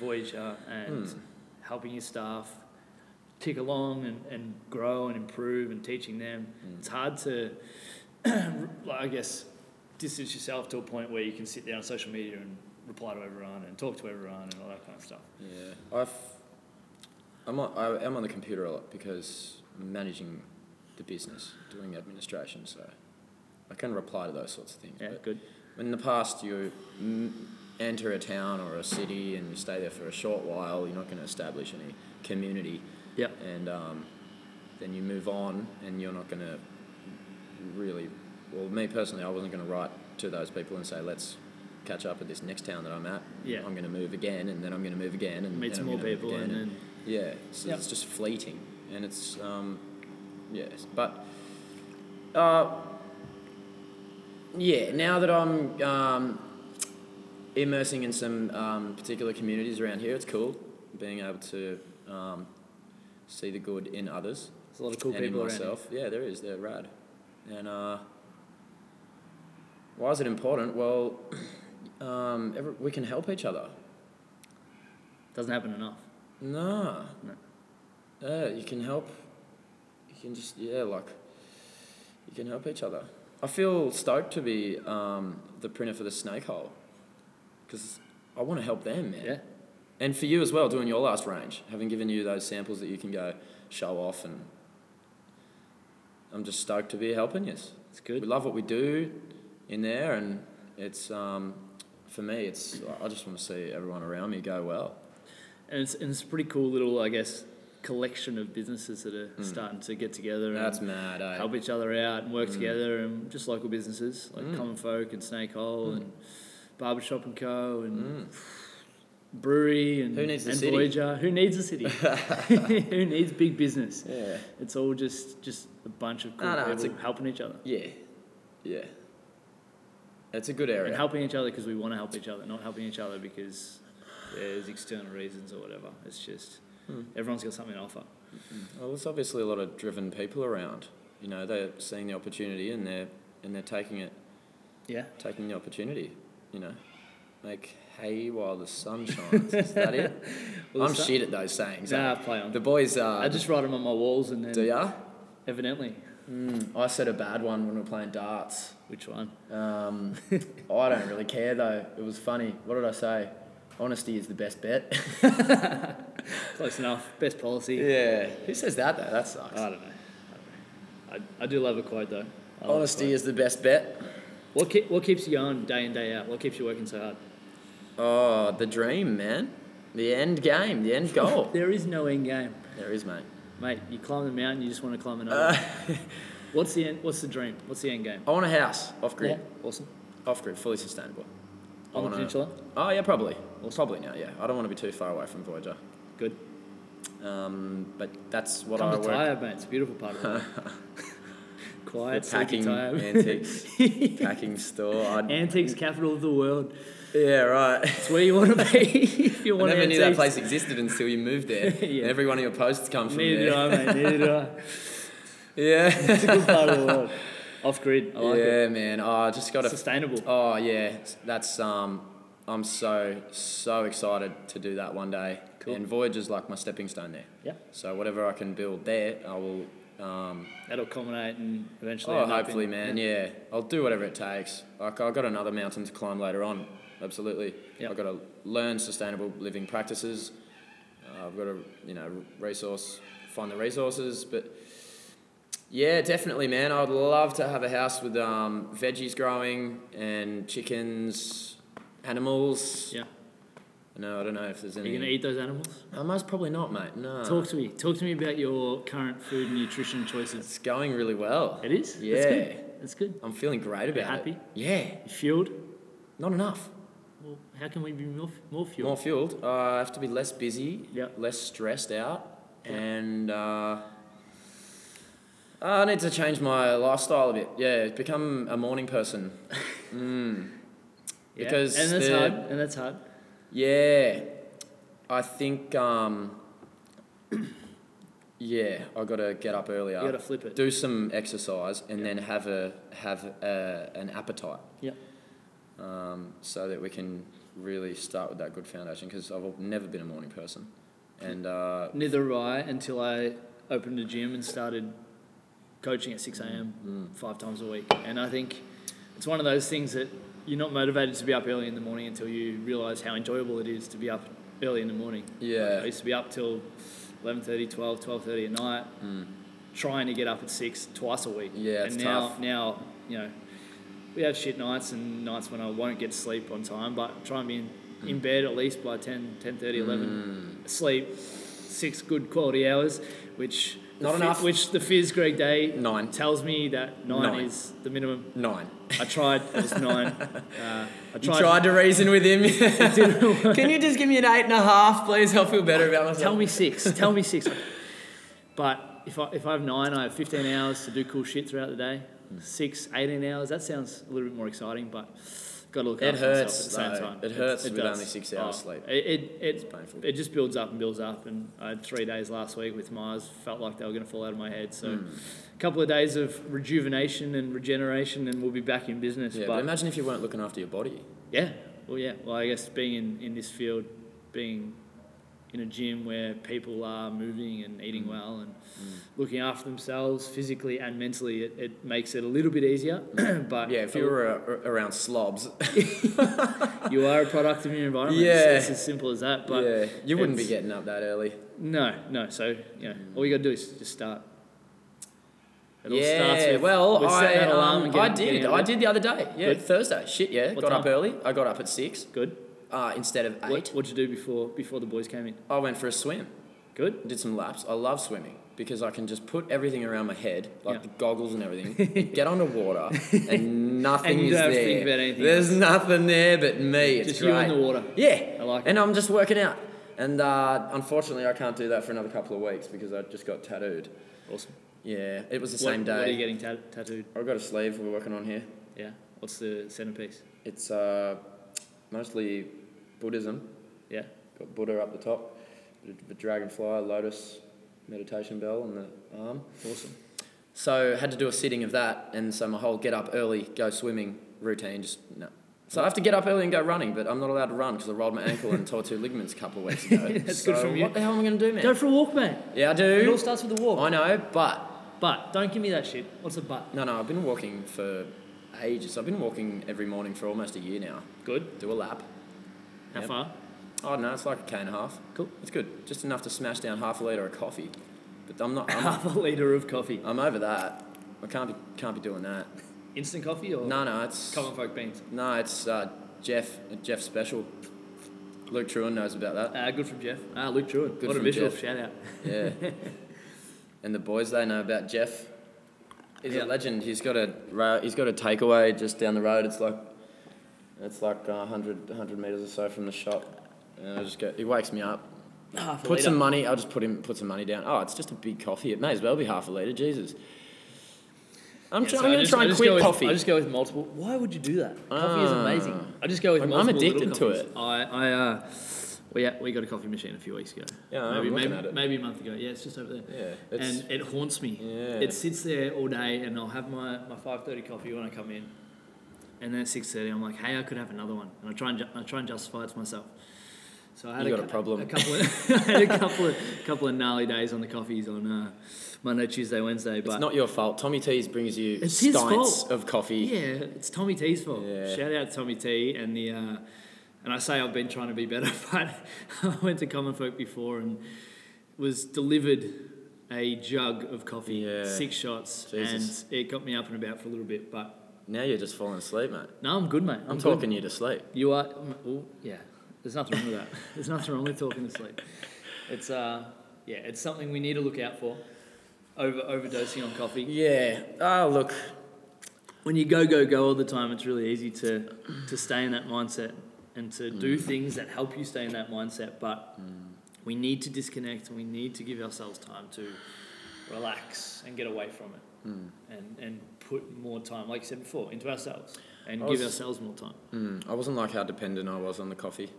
Speaker 1: Voyager and
Speaker 2: Hmm.
Speaker 1: helping your staff tick along and, and grow and improve and teaching them.
Speaker 2: Hmm.
Speaker 1: It's hard to, <clears throat> like, I guess, distance yourself to a point where you can sit there on social media and reply to everyone and talk to everyone and all that kind of stuff.
Speaker 2: yeah, I've I'm on, I am on the computer a lot because I'm managing the business, doing administration, so I can reply to those sorts of things.
Speaker 1: Yeah,
Speaker 2: but
Speaker 1: good.
Speaker 2: In the past, you mm, enter a town or a city and you stay there for a short while. You're not going to establish any community,
Speaker 1: Yeah,
Speaker 2: and um, then you move on, and you're not going to really. Well, me personally, I wasn't going to write to those people and say, "Let's catch up at this next town that I'm at."
Speaker 1: Yeah.
Speaker 2: I'm going to move again, and then I'm going to move again, and
Speaker 1: meet
Speaker 2: then
Speaker 1: some
Speaker 2: I'm
Speaker 1: more
Speaker 2: gonna move
Speaker 1: people
Speaker 2: again,
Speaker 1: and then
Speaker 2: yeah, so
Speaker 1: Yep.
Speaker 2: it's just fleeting, and it's um, yes, but uh, yeah. Now that I'm um, immersing in some um, particular communities around here, it's cool being able to um, see the good in others
Speaker 1: there's a lot of cool
Speaker 2: and in
Speaker 1: people around. here.
Speaker 2: myself. Yeah, there is. They're rad. And uh, why is it important? Well, <clears throat> um, every, we can help each other.
Speaker 1: Doesn't happen enough.
Speaker 2: No.
Speaker 1: No.
Speaker 2: Yeah, you can help. You can just yeah, like you can help each other. I feel stoked to be um, the printer for the Snake Hole because I want to help them, man.
Speaker 1: Yeah,
Speaker 2: And for you as well, doing your last range, having given you those samples that you can go show off, and I'm just stoked to be helping you.
Speaker 1: it's good.
Speaker 2: We love what we do in there, and it's um, for me, it's I just want to see everyone around me go well.
Speaker 1: And it's, and it's a pretty cool little, I guess, collection of businesses that are starting to get together
Speaker 2: Hmm. That's
Speaker 1: and
Speaker 2: mad. Hmm. Eh?
Speaker 1: help each other out and work together and just local businesses like
Speaker 2: Mm.
Speaker 1: Common Folk and Snake Hole
Speaker 2: Mm.
Speaker 1: and Barbershop and Co. and
Speaker 2: Mm.
Speaker 1: Brewery and,
Speaker 2: Who needs the
Speaker 1: and
Speaker 2: city?
Speaker 1: Voyager. Who needs a
Speaker 2: <laughs>
Speaker 1: city? <laughs> Who needs big business?
Speaker 2: Yeah.
Speaker 1: It's all just just a bunch of cool
Speaker 2: No, no, it's
Speaker 1: people helping each other.
Speaker 2: Yeah. Yeah. It's a good
Speaker 1: And
Speaker 2: area.
Speaker 1: helping each other because we want to help each other, not helping each other because there's external reasons or whatever. It's just
Speaker 2: Hmm.
Speaker 1: everyone's got something to offer.
Speaker 2: Well, there's obviously a lot of driven people around. You know, they're seeing the opportunity and they're and they're taking it,
Speaker 1: Yeah.
Speaker 2: taking the opportunity. You know, make hay while the sun shines. Is that <laughs> it?
Speaker 1: Well,
Speaker 2: I'm
Speaker 1: the sun-
Speaker 2: shit at those sayings. eh?
Speaker 1: Nah, play on.
Speaker 2: The boys. Uh,
Speaker 1: I just write them on my walls and then
Speaker 2: do ya?
Speaker 1: evidently.
Speaker 2: Mm, I said a bad one when we were playing darts.
Speaker 1: Which
Speaker 2: <laughs>
Speaker 1: one?
Speaker 2: Um, I don't really care though. It was funny. What did I say? Honesty is the best bet.
Speaker 1: Close enough. Best policy.
Speaker 2: Yeah. <laughs> Who says that though? That sucks.
Speaker 1: I don't know. I, don't know. I, I do love a quote though. I love a
Speaker 2: Oh, Honesty
Speaker 1: quote.
Speaker 2: is the best bet.
Speaker 1: What keep, what keeps you going day in day out? What keeps you working so hard?
Speaker 2: Oh, the dream, man. The end game, the end goal.
Speaker 1: <laughs> There is no end game,
Speaker 2: there is, mate.
Speaker 1: mate. You climb the mountain, you just want to climb another.
Speaker 2: Uh, <laughs>
Speaker 1: what's the end? What's the dream? What's the end game?
Speaker 2: I want a house off grid.
Speaker 1: Yeah, awesome.
Speaker 2: Off grid, fully sustainable. I
Speaker 1: On the
Speaker 2: wanna-
Speaker 1: peninsula,
Speaker 2: Oh yeah, probably. Well, probably now. Yeah, I don't want to be too far away from Voyager.
Speaker 1: good.
Speaker 2: Um, but that's what
Speaker 1: Come
Speaker 2: I
Speaker 1: to
Speaker 2: work.
Speaker 1: Tyre, mate. It's a beautiful part of it.
Speaker 2: <laughs>
Speaker 1: Quiet,
Speaker 2: The
Speaker 1: sleepy <laughs>
Speaker 2: packing
Speaker 1: Tyre.
Speaker 2: antiques. packing store.
Speaker 1: <laughs>
Speaker 2: I'd,
Speaker 1: Antiques capital of the world. <laughs>
Speaker 2: yeah, right.
Speaker 1: It's where you want to be <laughs> if you
Speaker 2: I
Speaker 1: want
Speaker 2: never
Speaker 1: antiques.
Speaker 2: knew that place existed until you moved there.
Speaker 1: <laughs> Yeah.
Speaker 2: And every one of your posts come from
Speaker 1: Neither
Speaker 2: there.
Speaker 1: do I, mate. Neither do I.
Speaker 2: <laughs> Yeah.
Speaker 1: It's a good part of the world. Off grid. <laughs> I like it.
Speaker 2: yeah, man. Oh, I just got to
Speaker 1: Sustainable.
Speaker 2: Oh yeah, that's um, I'm so so excited to do that one day.
Speaker 1: Cool.
Speaker 2: And Voyager's like my stepping stone there.
Speaker 1: Yeah.
Speaker 2: So whatever I can build there, I will. Um,
Speaker 1: That'll culminate and eventually.
Speaker 2: oh,
Speaker 1: end up in-
Speaker 2: hopefully, man. Yeah. I'll do whatever it takes. Like I've got another mountain to climb later on. Absolutely.
Speaker 1: Yeah.
Speaker 2: I've got to learn sustainable living practices. Uh, I've got to you know resource find the resources, but. Yeah, definitely, man. I'd love to have a house with um, veggies growing and chickens, animals.
Speaker 1: Yeah.
Speaker 2: No, I don't know if there's
Speaker 1: Are
Speaker 2: any.
Speaker 1: you gonna eat those animals?
Speaker 2: I most probably not, mate. No.
Speaker 1: Talk to me. Talk to me about your current food and nutrition choices.
Speaker 2: It's going really well.
Speaker 1: It is.
Speaker 2: Yeah.
Speaker 1: That's good. That's good.
Speaker 2: I'm feeling great about
Speaker 1: You're
Speaker 2: it.
Speaker 1: happy?
Speaker 2: Yeah.
Speaker 1: You fueled.
Speaker 2: Not enough.
Speaker 1: Well, how can we be more, more fueled?
Speaker 2: More fueled. Uh, I have to be less busy.
Speaker 1: Yeah.
Speaker 2: Less stressed out.
Speaker 1: Yeah.
Speaker 2: And uh, I need to change my lifestyle a bit. Yeah, become a morning person. mm.
Speaker 1: Yeah.
Speaker 2: Because
Speaker 1: and that's
Speaker 2: the-
Speaker 1: hard. And that's hard.
Speaker 2: Yeah, I think. Um, <clears throat> yeah, I got to get up earlier.
Speaker 1: You gotta flip it.
Speaker 2: do some exercise and
Speaker 1: Yeah.
Speaker 2: then have a have a, an appetite.
Speaker 1: Yeah.
Speaker 2: Um, so that we can really start with that good foundation because I've never been a morning person, and uh,
Speaker 1: Neither have I until I opened a gym and started coaching at 6 a.m.
Speaker 2: mm,
Speaker 1: five times a week. And I think it's one of those things that you're not motivated to be up early in the morning until you realise how enjoyable it is to be up early in the morning.
Speaker 2: Yeah.
Speaker 1: Like, I used to be up till 11.30, 12, 12.30 at night,
Speaker 2: mm,
Speaker 1: trying to get up at 6 twice a week.
Speaker 2: Yeah, it's
Speaker 1: And now,
Speaker 2: tough.
Speaker 1: now, you know, we have shit nights and nights when I won't get sleep on time, but try and be in,
Speaker 2: Hmm.
Speaker 1: in bed at least by 10, 10.30, 11,
Speaker 2: mm,
Speaker 1: sleep six good quality hours, which
Speaker 2: Not
Speaker 1: the
Speaker 2: enough.
Speaker 1: Which the Fizz Greg Day
Speaker 2: Nine.
Speaker 1: tells me that nine,
Speaker 2: Nine.
Speaker 1: is the minimum.
Speaker 2: nine.
Speaker 1: I tried. It was
Speaker 2: <laughs>
Speaker 1: nine. Uh, I
Speaker 2: You
Speaker 1: tried.
Speaker 2: tried to reason with him. <laughs> Can you just give me an eight and a half, please? I'll feel better about myself.
Speaker 1: Tell me six. Tell me six. But if I, if I have nine, I have 15 hours to do cool shit throughout the day. Six, 18 hours. That sounds a little bit more exciting, but got to look
Speaker 2: It
Speaker 1: after myself
Speaker 2: hurts,
Speaker 1: at the
Speaker 2: though.
Speaker 1: same time.
Speaker 2: It hurts with
Speaker 1: does. Oh,
Speaker 2: only six hours sleep.
Speaker 1: It, it, it's
Speaker 2: painful.
Speaker 1: It just builds up and builds up, and I had three days last week with Mars. Felt like they were going to fall out of my head. So,
Speaker 2: Hmm.
Speaker 1: a couple of days of rejuvenation and regeneration, and we'll be back in business.
Speaker 2: Yeah, but
Speaker 1: but
Speaker 2: imagine if you weren't looking after your body.
Speaker 1: yeah, well, yeah. Well, I guess being in, in this field, being in a gym where people are moving and eating
Speaker 2: Mm.
Speaker 1: well and looking after themselves physically and mentally, it, it makes it a little bit easier. <clears throat> but
Speaker 2: Mm. Yeah, if you were
Speaker 1: uh,
Speaker 2: a, around slobs,
Speaker 1: you are a product of your environment. It's-
Speaker 2: Yeah.
Speaker 1: it's, as simple as that. <laughs> But
Speaker 2: yeah, you wouldn't be
Speaker 1: it's-
Speaker 2: getting up that early.
Speaker 1: No, no. So you know, all you gotta do is just start. It all
Speaker 2: yeah,
Speaker 1: starts with
Speaker 2: well,
Speaker 1: with
Speaker 2: I,
Speaker 1: setting an alarm
Speaker 2: um,
Speaker 1: and getting-
Speaker 2: I
Speaker 1: getting
Speaker 2: did.
Speaker 1: out
Speaker 2: I
Speaker 1: of
Speaker 2: did the other day. Yeah,
Speaker 1: Good.
Speaker 2: Thursday. Shit, yeah.
Speaker 1: What
Speaker 2: got up
Speaker 1: time?
Speaker 2: early. I got up at six
Speaker 1: bed. Good.
Speaker 2: uh, instead of eight.
Speaker 1: What, what'd you do before before the boys came in?
Speaker 2: I went for a swim.
Speaker 1: Good.
Speaker 2: Did some laps. I love swimming because I can just put everything around my head, like
Speaker 1: Yeah.
Speaker 2: the goggles and everything,
Speaker 1: <laughs>
Speaker 2: and get under water, and nothing
Speaker 1: And you
Speaker 2: is
Speaker 1: don't have to
Speaker 2: there.
Speaker 1: think about anything
Speaker 2: There's nothing there but me. It's
Speaker 1: just
Speaker 2: great.
Speaker 1: you in the water.
Speaker 2: Yeah.
Speaker 1: I like
Speaker 2: and I'm just working out. And uh, unfortunately, I can't do that for another couple of weeks because I just got tattooed.
Speaker 1: Awesome.
Speaker 2: Yeah, it was the
Speaker 1: What-
Speaker 2: same
Speaker 1: What are you
Speaker 2: day.
Speaker 1: getting tat- tattooed?
Speaker 2: I've got a sleeve we're working on here.
Speaker 1: Yeah. What's the centerpiece?
Speaker 2: It's uh, mostly Buddhism.
Speaker 1: Yeah.
Speaker 2: Got Buddha up the top, the the dragonfly, lotus, meditation bell on the arm.
Speaker 1: Awesome.
Speaker 2: So had to do a sitting of that, and so my whole get up early, go swimming routine just no. So I have to get up early and go running, but I'm not allowed to run because I rolled my ankle and tore two ligaments a couple of weeks ago.
Speaker 1: <laughs> That's
Speaker 2: so
Speaker 1: good from you.
Speaker 2: What the hell am I going to do, man?
Speaker 1: Go for a walk, mate.
Speaker 2: yeah, I
Speaker 1: It all
Speaker 2: do.
Speaker 1: starts with a walk.
Speaker 2: I know, but
Speaker 1: But don't give me that shit. What's a but?
Speaker 2: no, no, I've been walking for ages. I've been walking every morning for almost a year now.
Speaker 1: Good.
Speaker 2: Do a lap.
Speaker 1: How
Speaker 2: Yep.
Speaker 1: far?
Speaker 2: Oh no, it's like a K and a half.
Speaker 1: Cool.
Speaker 2: It's good. Just enough to smash down half a litre of coffee. But I'm not. I'm,
Speaker 1: <laughs> Half a litre of coffee.
Speaker 2: I'm over that. I can't be can't be doing that.
Speaker 1: Instant coffee or
Speaker 2: No, no, it's
Speaker 1: common folk beans?
Speaker 2: no, it's uh, Jeff Jeff special. Luke Truen knows about that.
Speaker 1: Uh, good from Jeff. Ah, Luke Druid.
Speaker 2: Good
Speaker 1: what a
Speaker 2: from
Speaker 1: visual
Speaker 2: Jeff.
Speaker 1: shout out.
Speaker 2: Yeah.
Speaker 1: <laughs>
Speaker 2: and the boys they know about Jeff. He's
Speaker 1: Yeah.
Speaker 2: a legend. He's got a ra- he's got a takeaway just down the road. It's like it's like uh, 100, 100 meters or so from the shop. And I just go. He wakes me up.
Speaker 1: Half a
Speaker 2: Put some
Speaker 1: litre.
Speaker 2: money. I'll just put him. Put some money down. Oh, it's just a big coffee. It may as well be half a liter. Jesus. I'm,
Speaker 1: Yeah,
Speaker 2: try-
Speaker 1: so
Speaker 2: I'm
Speaker 1: I
Speaker 2: gonna
Speaker 1: just-
Speaker 2: try
Speaker 1: I
Speaker 2: and
Speaker 1: just
Speaker 2: quit
Speaker 1: go with-
Speaker 2: coffee.
Speaker 1: I just go with multiple. Why would you do that? Coffee is
Speaker 2: Ah.
Speaker 1: amazing. I just go with
Speaker 2: I'm- I'm
Speaker 1: multiple. little
Speaker 2: addicted to
Speaker 1: coffees. I, I, uh, we, yeah, we got a coffee machine a few weeks ago.
Speaker 2: Yeah, I'm
Speaker 1: maybe,
Speaker 2: looking
Speaker 1: maybe,
Speaker 2: at it.
Speaker 1: maybe a month ago. Yeah, it's just over there.
Speaker 2: yeah, it's,
Speaker 1: and it haunts me.
Speaker 2: yeah.
Speaker 1: It sits there all day, and I'll have my, my five thirty coffee when I come in, and then at six thirty, I'm like, hey, I could have another one, and I try and ju- I try and justify it to myself. So I had
Speaker 2: You
Speaker 1: a,
Speaker 2: got a
Speaker 1: cou-
Speaker 2: problem.
Speaker 1: A couple of <laughs> I had a couple of couple of gnarly days on the coffees on uh, Monday, Tuesday, Wednesday, but
Speaker 2: it's not your fault. Tommy T's brings you
Speaker 1: It's his
Speaker 2: stints
Speaker 1: fault.
Speaker 2: of coffee.
Speaker 1: yeah, it's Tommy T's fault.
Speaker 2: Yeah.
Speaker 1: Shout out Tommy T and the uh, and I say I've been trying to be better, <laughs> but I went to Common Folk before and was delivered a jug of coffee,
Speaker 2: Yeah.
Speaker 1: six shots,
Speaker 2: Jesus.
Speaker 1: and it got me up and about for a little bit. But
Speaker 2: Now you're just falling asleep, mate.
Speaker 1: no, I'm good, mate.
Speaker 2: I'm,
Speaker 1: good.
Speaker 2: talking you to sleep.
Speaker 1: You are. mm, oh, yeah. There's nothing wrong with
Speaker 2: <laughs>
Speaker 1: that. There's nothing wrong with talking to sleep. It's uh, yeah. It's something we need to look out for. Over overdosing on coffee.
Speaker 2: Yeah.
Speaker 1: Ah,
Speaker 2: Oh, look.
Speaker 1: when you go go go all the time it's really easy to to stay in that mindset and to
Speaker 2: Mm.
Speaker 1: do things that help you stay in that mindset but we need to disconnect and we need to give ourselves time to relax and get away from it
Speaker 2: Mm.
Speaker 1: and and put more time like you said before into ourselves and
Speaker 2: I
Speaker 1: give
Speaker 2: was-
Speaker 1: ourselves more time
Speaker 2: Mm, I wasn't like how dependent I was on the coffee.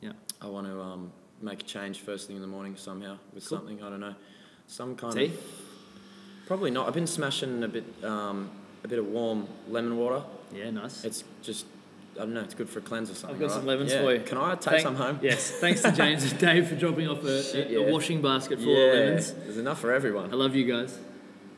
Speaker 1: Yeah.
Speaker 2: I want to um, make a change first thing in the morning somehow with
Speaker 1: Cool.
Speaker 2: something. I don't know. Some kind
Speaker 1: tea
Speaker 2: of. Probably not. I've been smashing a bit, um, a bit of warm lemon water.
Speaker 1: yeah nice
Speaker 2: It's just, I don't know. It's good for a cleanse or something.
Speaker 1: got some
Speaker 2: right?
Speaker 1: lemons
Speaker 2: Yeah.
Speaker 1: for you.
Speaker 2: Can I take
Speaker 1: Thank-
Speaker 2: some home?
Speaker 1: yes thanks to james and dave for dropping off a,
Speaker 2: Shit,
Speaker 1: a- a
Speaker 2: <laughs> yeah.
Speaker 1: washing basket full
Speaker 2: Yeah,
Speaker 1: of lemons
Speaker 2: There's enough for
Speaker 1: i
Speaker 2: everyone.
Speaker 1: love you guys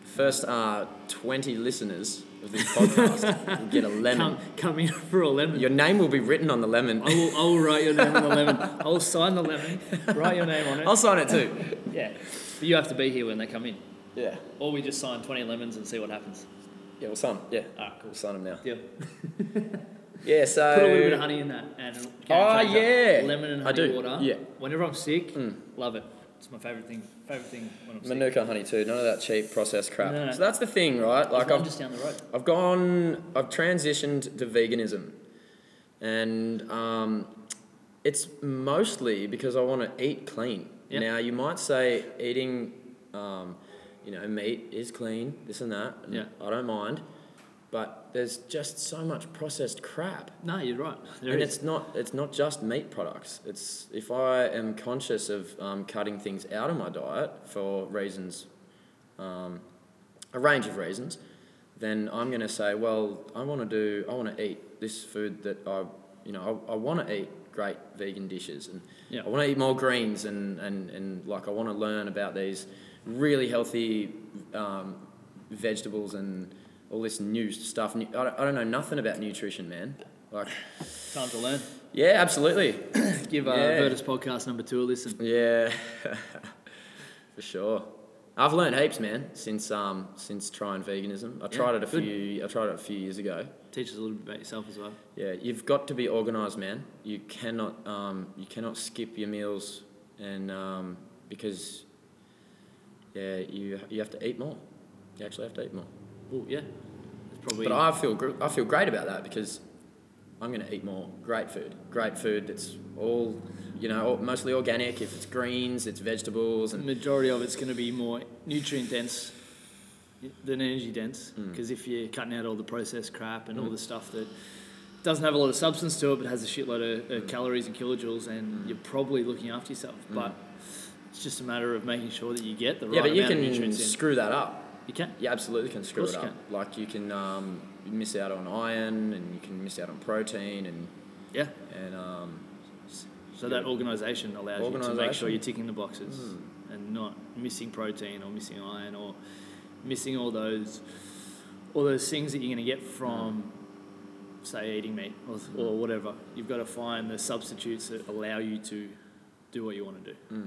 Speaker 2: First, uh, 20 listeners of this <laughs> podcast will get a lemon.
Speaker 1: come come in for a lemon
Speaker 2: Your name will be written on the lemon.
Speaker 1: <laughs> I will, I will write your name on the
Speaker 2: <laughs>
Speaker 1: lemon. I will sign the lemon, write your name on it.
Speaker 2: I'll sign it too.
Speaker 1: Yeah. But you have to be here when they come in.
Speaker 2: Yeah.
Speaker 1: Or we just sign 20 lemons and see what happens.
Speaker 2: Yeah, we'll sign 'em. Yeah.
Speaker 1: All right, cool.
Speaker 2: We'll sign them now.
Speaker 1: Deal.
Speaker 2: Yeah, so.
Speaker 1: Put a little bit of honey in that. and it'll- game
Speaker 2: Oh,
Speaker 1: changer.
Speaker 2: Uh, yeah.
Speaker 1: Lemon and
Speaker 2: I
Speaker 1: honey
Speaker 2: do,
Speaker 1: water.
Speaker 2: yeah.
Speaker 1: Whenever I'm sick,
Speaker 2: Mm.
Speaker 1: love it. It's my favourite thing. Favourite thing when I'm sick.
Speaker 2: Manuka honey too. None of that cheap processed crap.
Speaker 1: No, no.
Speaker 2: So that's the thing, right?
Speaker 1: There's
Speaker 2: Like
Speaker 1: one
Speaker 2: I've,
Speaker 1: just down the road.
Speaker 2: I've gone, I've transitioned to veganism, and um, it's mostly because I want to eat clean.
Speaker 1: Yeah.
Speaker 2: Now you might say eating, um, you know, meat is clean, this and that. and
Speaker 1: Yeah.
Speaker 2: I don't mind, but there's just so much processed crap.
Speaker 1: No, you're right. There
Speaker 2: and
Speaker 1: is.
Speaker 2: it's not it's not just meat products. It's if I am conscious of um, cutting things out of my diet for reasons, um, a range of reasons, then I'm going to say, well, I want to do I want to eat this food that I you know I, I want to eat great vegan dishes and
Speaker 1: Yeah.
Speaker 2: I want to eat more greens and and and like I want to learn about these really healthy um, vegetables and. All this new stuff. new- I don't, I don't know nothing about nutrition, man. Like,
Speaker 1: Time to
Speaker 2: <laughs>
Speaker 1: learn.
Speaker 2: yeah, absolutely.
Speaker 1: Give uh,
Speaker 2: Yeah.
Speaker 1: Virtus podcast number two a listen.
Speaker 2: Yeah, <laughs> for sure. I've learned heaps, man, since um since trying veganism. I tried it a
Speaker 1: good.
Speaker 2: few I tried it a few years ago.
Speaker 1: Teach us a little bit about yourself as well.
Speaker 2: Yeah, you've got to be organised, man. You cannot um you cannot skip your meals and um because yeah you you have to eat more. You actually have to eat more.
Speaker 1: Oh, yeah. It's probably.
Speaker 2: But I feel gr- I feel great about that because I'm going to eat more great food. Great food that's all you know, all, mostly organic. If it's greens, it's vegetables,
Speaker 1: The
Speaker 2: and
Speaker 1: majority of it's going to be more nutrient dense than energy dense
Speaker 2: Hmm.
Speaker 1: because if you're cutting out all the processed crap and all the stuff that doesn't have a lot of substance to it but has a shitload of,
Speaker 2: Hmm.
Speaker 1: of calories and kilojoules and you're probably looking after yourself but it's just a matter of making sure that you get the right
Speaker 2: Hmm. yeah, but you
Speaker 1: amount of
Speaker 2: can
Speaker 1: nutrients in
Speaker 2: screw that up.
Speaker 1: you can
Speaker 2: You absolutely can screw
Speaker 1: course
Speaker 2: it up.
Speaker 1: you
Speaker 2: Like you can um, you miss out on iron, and you can miss out on protein, and
Speaker 1: yeah
Speaker 2: and um,
Speaker 1: so that organization allows you to make sure
Speaker 2: Organisation.
Speaker 1: you're ticking the boxes
Speaker 3: Hmm.
Speaker 1: and not missing protein or missing iron or missing all those all those things that you're going to get from say eating meat or,
Speaker 3: Hmm.
Speaker 1: or whatever. You've got to find the substitutes that allow you to do what you want to do.
Speaker 2: Mm.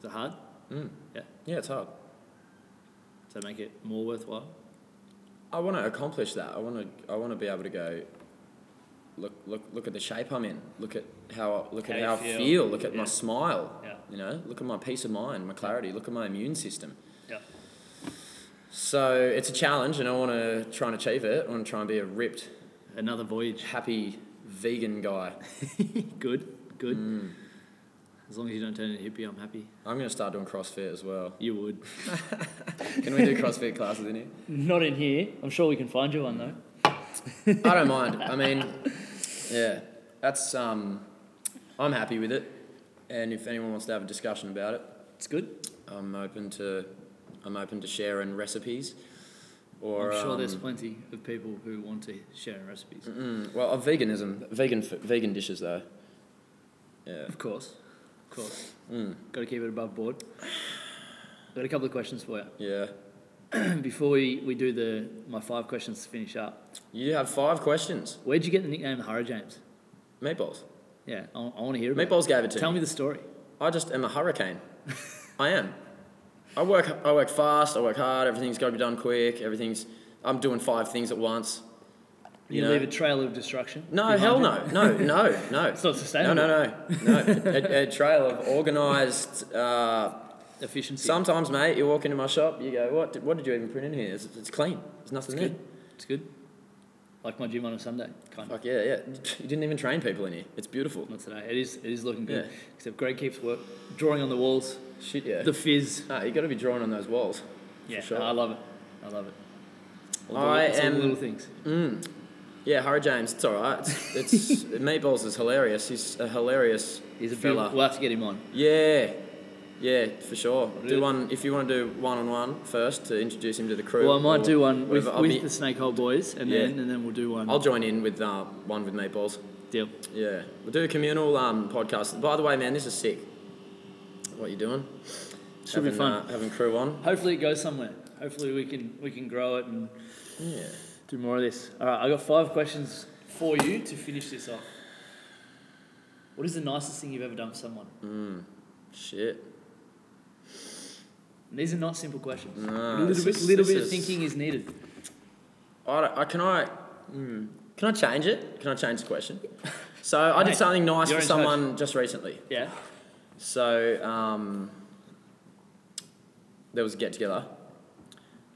Speaker 1: Is it hard?
Speaker 2: Mm.
Speaker 1: Yeah.
Speaker 2: Yeah, it's hard.
Speaker 1: Does that make it more worthwhile?
Speaker 2: I want to accomplish that. I want to. I want to be able to go. Look, look, look at the shape I'm in. Look at how. I- Look at
Speaker 1: How
Speaker 2: how,
Speaker 1: you feel.
Speaker 2: I feel. Look at
Speaker 1: Yeah.
Speaker 2: my smile.
Speaker 1: Yeah.
Speaker 2: You know, look at my peace of mind, my clarity. Look at my immune system.
Speaker 1: Yeah.
Speaker 2: So it's a challenge, and I want to try and achieve it. I want to try and be a ripped,
Speaker 1: Another voyage. <laughs>
Speaker 2: happy vegan guy.
Speaker 1: good, good.
Speaker 3: Hmm.
Speaker 1: As long as you don't turn into a hippie, I'm happy.
Speaker 2: I'm going to start doing CrossFit as well.
Speaker 1: You would.
Speaker 2: Can we do CrossFit classes in here?
Speaker 3: <laughs> Not in here. I'm sure we can find you one though.
Speaker 2: I don't mind. I mean, yeah, that's um, I'm happy with it. And if anyone wants to have a discussion about it,
Speaker 1: It's good.
Speaker 2: I'm open to I'm open to sharing recipes. Or
Speaker 1: I'm sure there's
Speaker 2: um,
Speaker 1: plenty of people who want to share recipes.
Speaker 2: mm, well, of veganism, vegan f- vegan dishes though. Yeah.
Speaker 1: Of course, of course.
Speaker 2: Mm,
Speaker 1: Got to keep it above board. I've got a couple of questions for
Speaker 2: yeah.
Speaker 1: you <clears throat> before we, we do the my five questions to finish up.
Speaker 2: You have five questions.
Speaker 1: Where'd you get the nickname the Hurricane James?
Speaker 2: Meatballs.
Speaker 1: Yeah, I, want to hear about.
Speaker 2: Meatballs gave it
Speaker 1: it.
Speaker 2: to
Speaker 1: Tell
Speaker 2: me.
Speaker 1: me the story.
Speaker 2: I just am a hurricane. I am. I work. I work fast. I work hard. Everything's got to be done quick. Everything's. I'm doing five things at once.
Speaker 1: You,
Speaker 2: You know-
Speaker 1: leave a trail of destruction.
Speaker 2: No,
Speaker 1: behind
Speaker 2: hell
Speaker 1: you.
Speaker 2: no,
Speaker 1: <laughs>
Speaker 2: no, no, no.
Speaker 1: It's not
Speaker 2: No,
Speaker 1: sustainable.
Speaker 2: no, no, no. <laughs> A, a trail of organised. Uh,
Speaker 1: Efficiency.
Speaker 2: sometimes, mate, you walk into my shop, you go, "What? Did, what did you even print in here? It's, it's clean. There's nothing
Speaker 1: It's
Speaker 2: in
Speaker 1: good. It's good. Like my gym on a Sunday, kind of.
Speaker 2: Fuck yeah, <laughs> yeah. You didn't even train people in here. It's beautiful.
Speaker 1: Not today. It is. It is looking good.
Speaker 2: Yeah.
Speaker 1: Except Greg keeps work, drawing on the walls.
Speaker 2: Shit, yeah.
Speaker 1: The fizz.
Speaker 2: Nah, you got to be drawing on those walls.
Speaker 1: Yeah,
Speaker 2: sure.
Speaker 1: no, I love it. I love it. All the,
Speaker 2: I
Speaker 1: it's all the
Speaker 2: am-
Speaker 1: little things.
Speaker 2: Mm. Yeah, Hurry James, it's all right.
Speaker 1: <laughs>
Speaker 2: It's, it's meatballs is hilarious. He's a hilarious
Speaker 1: He's a
Speaker 2: fella.
Speaker 1: beautiful. We'll have to get him on.
Speaker 2: Yeah, yeah, for sure.
Speaker 1: Really?
Speaker 2: Do one if you want to do one on one first to introduce him to the crew.
Speaker 1: Well, I might
Speaker 2: or
Speaker 1: do one with,
Speaker 2: whatever. I'll,
Speaker 1: with
Speaker 2: be-
Speaker 1: the Snake Hole boys, and
Speaker 2: Yeah.
Speaker 1: then and then we'll do one.
Speaker 2: I'll join in with uh, one with meatballs.
Speaker 1: Deal.
Speaker 2: Yeah, we'll do a communal um, podcast. By the way, man, this is sick. What you doing?
Speaker 1: Should be
Speaker 2: having,
Speaker 1: fun.
Speaker 2: Uh, having crew on.
Speaker 1: Hopefully it goes somewhere. Hopefully we can we can grow it and
Speaker 2: Yeah.
Speaker 1: do more of this. All right, I got five questions for you to finish this off. What is the nicest thing you've ever done for someone?
Speaker 2: Mm. Shit.
Speaker 1: And these are not simple questions. a
Speaker 2: Nah,
Speaker 1: little
Speaker 2: this
Speaker 1: bit,
Speaker 2: is-
Speaker 1: little
Speaker 2: this
Speaker 1: bit of
Speaker 2: is-
Speaker 1: thinking is needed.
Speaker 2: I, don't, I can I. Mm, can I change it? Can I change the question? So I did
Speaker 1: Mate,
Speaker 2: something nice
Speaker 1: you're
Speaker 2: for
Speaker 1: in charge.
Speaker 2: someone just recently.
Speaker 1: Yeah. <laughs>
Speaker 2: So um, there was a get together,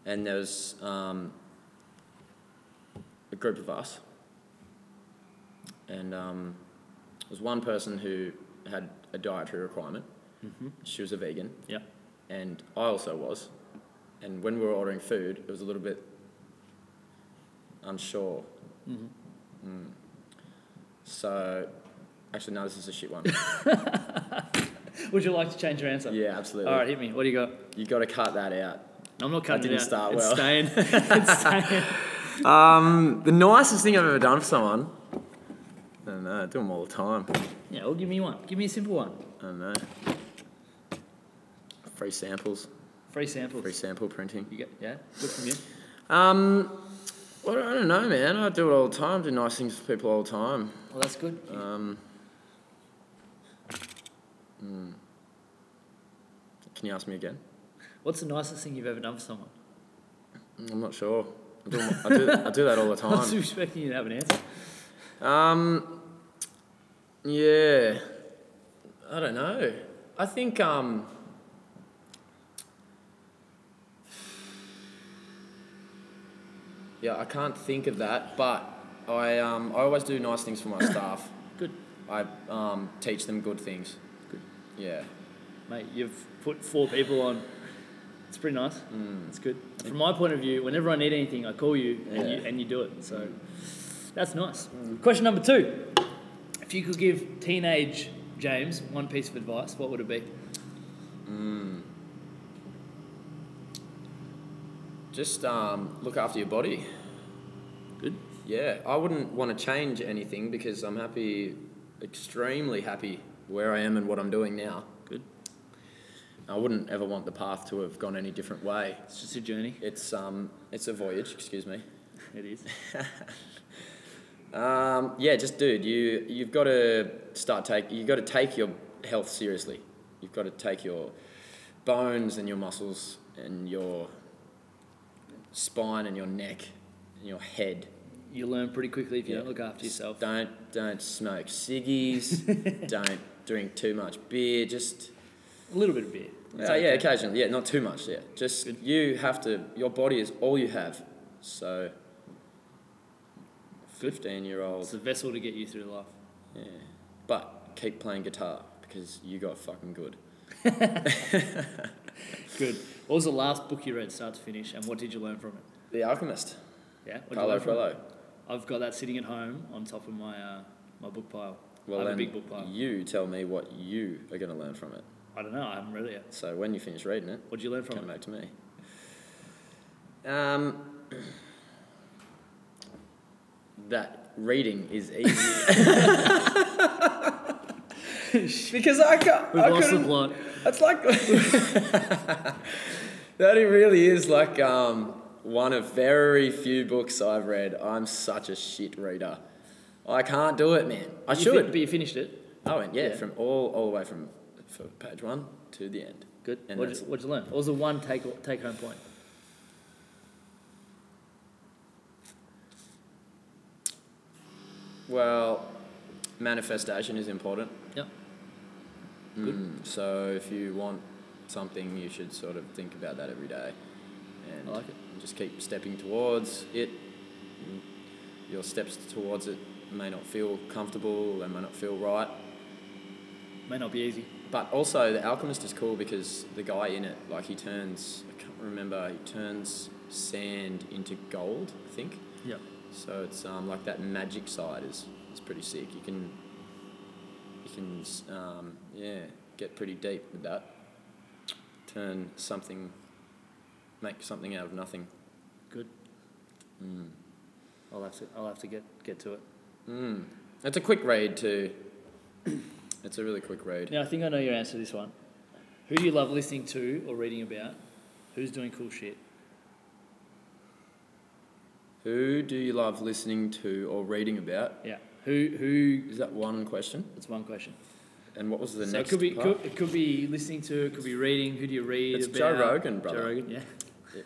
Speaker 2: and there was um, a group of us, and um, there was one person who had a dietary requirement.
Speaker 1: Mm-hmm.
Speaker 2: She was a vegan.
Speaker 1: Yeah.
Speaker 2: And I also was. And when we were ordering food, it was a little bit unsure.
Speaker 1: Mm-hmm.
Speaker 2: Mm. So, actually, no, this is a
Speaker 1: <laughs>
Speaker 2: shit one.
Speaker 1: Would you like to change your answer?
Speaker 2: yeah, absolutely.
Speaker 1: All right, hit me. What do you got?
Speaker 2: You got to cut that out.
Speaker 1: I'm not cutting
Speaker 2: didn't
Speaker 1: it out.
Speaker 2: start
Speaker 1: it's
Speaker 2: well. <laughs>
Speaker 1: staying. it's staying.
Speaker 2: Um, the nicest thing I've ever done for someone. I don't know. I do them all the time.
Speaker 1: Yeah, well, give me one. Give me a simple one.
Speaker 2: I don't know. Free samples.
Speaker 1: Free samples.
Speaker 2: Free sample printing.
Speaker 1: You get yeah. Good from you.
Speaker 2: Um, well, I don't know, man. I do it all the time. Do nice things for people all the time.
Speaker 1: Well, that's good.
Speaker 2: Um, hmm. Can you ask me again?
Speaker 1: What's the nicest thing you've ever done for someone?
Speaker 2: I'm not sure. I do, I do, I do that all the <laughs>
Speaker 1: <laughs> I was
Speaker 2: time.
Speaker 1: expecting you to have an answer.
Speaker 2: Um, yeah. I don't know. I think um, yeah, I can't think of that. But I um, I always do nice things
Speaker 1: <coughs>
Speaker 2: for my staff.
Speaker 1: Good.
Speaker 2: I um, teach them good things.
Speaker 1: Good.
Speaker 2: Yeah.
Speaker 1: Mate, you've put four people on. It's pretty nice.
Speaker 2: Mm.
Speaker 1: It's good. From my point of view, whenever I need anything, I call you and, you
Speaker 2: Yeah. Mm.
Speaker 1: and you do it. So that's nice. Question number two. If you could give teenage James one piece of advice, what would it be?
Speaker 2: Just um, look after your body.
Speaker 1: Good.
Speaker 2: Yeah, I wouldn't want to change anything because I'm happy, extremely happy where I am and what I'm doing now.
Speaker 1: Good.
Speaker 2: I wouldn't ever want the path to have gone any different way.
Speaker 1: It's just a journey.
Speaker 2: It's um, it's a voyage. Excuse me.
Speaker 1: It is.
Speaker 2: Um, yeah, just dude, you you've got to start take you've got to take your health seriously. You've got to take your bones and your muscles and your spine and your neck and your head.
Speaker 1: You learn pretty quickly if you
Speaker 2: Yeah.
Speaker 1: don't look after yourself.
Speaker 2: Don't don't smoke ciggies.
Speaker 1: <laughs>
Speaker 2: don't drink too much beer. Just
Speaker 1: A little bit of beer.
Speaker 2: uh, yeah, occasionally. Yeah, not too much. Yeah, just
Speaker 1: Good.
Speaker 2: you have to. Your body is all you have. So.
Speaker 1: It's
Speaker 2: Fifteen-year-old.
Speaker 1: a vessel to get you through life.
Speaker 2: Yeah. But keep playing guitar because you got fucking good.
Speaker 1: Good. What was the last book you read, start to finish, and what did you learn from it?
Speaker 2: The Alchemist.
Speaker 1: Yeah. What did you
Speaker 2: Paulo
Speaker 1: learn from it?
Speaker 2: Coelho.
Speaker 1: I've got that sitting at home on top of my uh, my book pile. I
Speaker 2: Well,
Speaker 1: have
Speaker 2: then
Speaker 1: a big book pile.
Speaker 2: you tell me what you are going to learn from it.
Speaker 1: I don't know. I haven't read it yet.
Speaker 2: So when you finish reading it,
Speaker 1: What did you learn from
Speaker 2: come
Speaker 1: it?
Speaker 2: back to me. Um, that reading is
Speaker 1: <laughs>
Speaker 2: easy. because I can't.
Speaker 1: We've
Speaker 2: I
Speaker 1: lost the
Speaker 2: couldn't-
Speaker 1: plot.
Speaker 2: That's like <laughs> that. It really is like um, one of very few books I've read. I'm such a shit reader. I can't do it, man. I
Speaker 1: You
Speaker 2: should.
Speaker 1: fin- but you finished it.
Speaker 2: I went yeah,
Speaker 1: Yeah.
Speaker 2: from all all the way from from page one to the end.
Speaker 1: Good.
Speaker 2: And
Speaker 1: What did
Speaker 2: that's-
Speaker 1: you, what'd you learn? What was the one take take home point?
Speaker 2: Well, manifestation is important.
Speaker 1: Yep. Good.
Speaker 2: Mm, so if you want something, you should sort of think about that every day, and
Speaker 1: I like it.
Speaker 2: just keep stepping towards it. Mm, Your steps towards it may not feel comfortable. They may not feel right.
Speaker 1: May not be easy.
Speaker 2: But also, The Alchemist is cool because the guy in it, like, he turns, I can't remember, he turns sand into gold, I think.
Speaker 1: Yep.
Speaker 2: So it's um, like that magic side is, is pretty sick. You can, you can, s- um, yeah, get pretty deep with that. Turn something, make something out of nothing.
Speaker 1: Good.
Speaker 2: Mm.
Speaker 1: I'll have to I'll have to get get to it.
Speaker 2: Mm. It's a quick read, too. <coughs> It's a really quick read.
Speaker 1: Now I think I know your answer to this one. Who do you love listening to or reading about? Who's doing cool shit?
Speaker 2: Who do you love listening to or reading about?
Speaker 1: Yeah. Who who?
Speaker 2: Is that one question?
Speaker 1: That's one question.
Speaker 2: And what was the
Speaker 1: so it
Speaker 2: next
Speaker 1: could be
Speaker 2: part?
Speaker 1: could, it could be listening to, it could be reading. Who do you read
Speaker 2: It's
Speaker 1: about?
Speaker 2: Joe Rogan, brother.
Speaker 1: Joe Rogan. Yeah.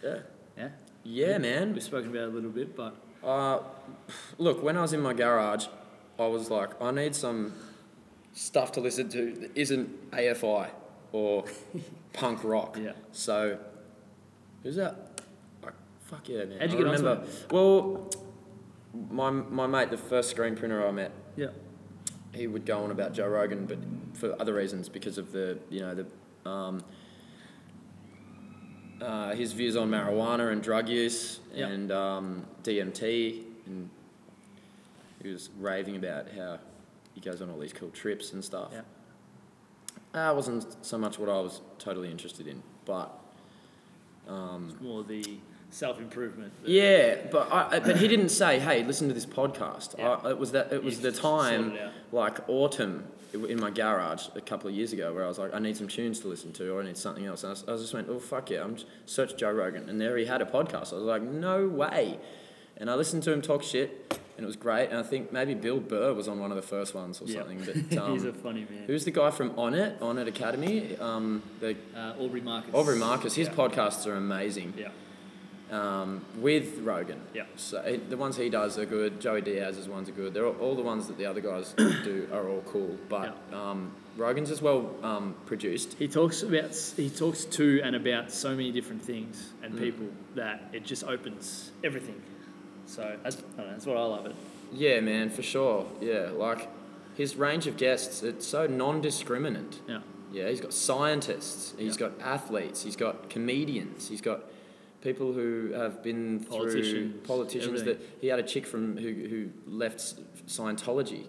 Speaker 2: Yeah.
Speaker 1: Yeah.
Speaker 2: Yeah, man.
Speaker 1: We've spoken about it a little bit, but
Speaker 2: Uh, look, when I was in my garage, I was like, I need some stuff to listen to that isn't AFI or punk rock.
Speaker 1: Yeah.
Speaker 2: So, who's that? Like, fuck yeah, man.
Speaker 1: How'd you
Speaker 2: I
Speaker 1: get onto
Speaker 2: remember. Well, my, my mate, the first screen printer I met,
Speaker 1: yeah.
Speaker 2: he would go on about Joe Rogan, but for other reasons because of the you know the um, uh, his views on marijuana and drug use
Speaker 1: Yeah.
Speaker 2: and um, DMT, and he was raving about how he goes on all these cool trips and stuff.
Speaker 1: Yeah.
Speaker 2: That wasn't so much what I was totally interested in, but um,
Speaker 1: It's more the self improvement.
Speaker 2: yeah, but I, I- but <clears throat> he didn't say, "Hey, listen to this podcast." I, it was that it was the time like autumn in my garage a couple of years ago where I was like, I need some tunes to listen to or I need something else. And I was- I, just went, oh, fuck yeah, I'm just, search Joe Rogan. And there he had a podcast. I was like, no way. And I listened to him talk shit and it was great. And I think maybe Bill Burr was on one of the first ones or
Speaker 1: Yeah. <laughs>
Speaker 2: something. But
Speaker 1: He's a
Speaker 2: um,
Speaker 1: funny man.
Speaker 2: who's the guy from On It, On It Academy? Um, the
Speaker 1: Uh, Aubrey Marcus.
Speaker 2: Aubrey Marcus, his
Speaker 1: yeah.
Speaker 2: podcasts are amazing
Speaker 1: Yeah.
Speaker 2: um, with Rogan.
Speaker 1: Yeah.
Speaker 2: So it, the ones he does are good. Joey Diaz's ones are good. They're all, all the ones that the other guys <coughs> do are all cool. But um, Rogan's is well um, produced.
Speaker 1: He talks about he talks to and about so many different things and people that it just opens everything. So that's I don't know, that's what I love it.
Speaker 2: Yeah, man, for sure. Yeah, like his range of guests, it's so non-discriminant.
Speaker 1: Yeah.
Speaker 2: Yeah, he's got scientists. He's
Speaker 1: Yeah.
Speaker 2: got athletes. He's got comedians. He's got people who have been through
Speaker 1: Politicians,
Speaker 2: politicians
Speaker 1: everything.
Speaker 2: that he had a chick from who who left S- Scientology.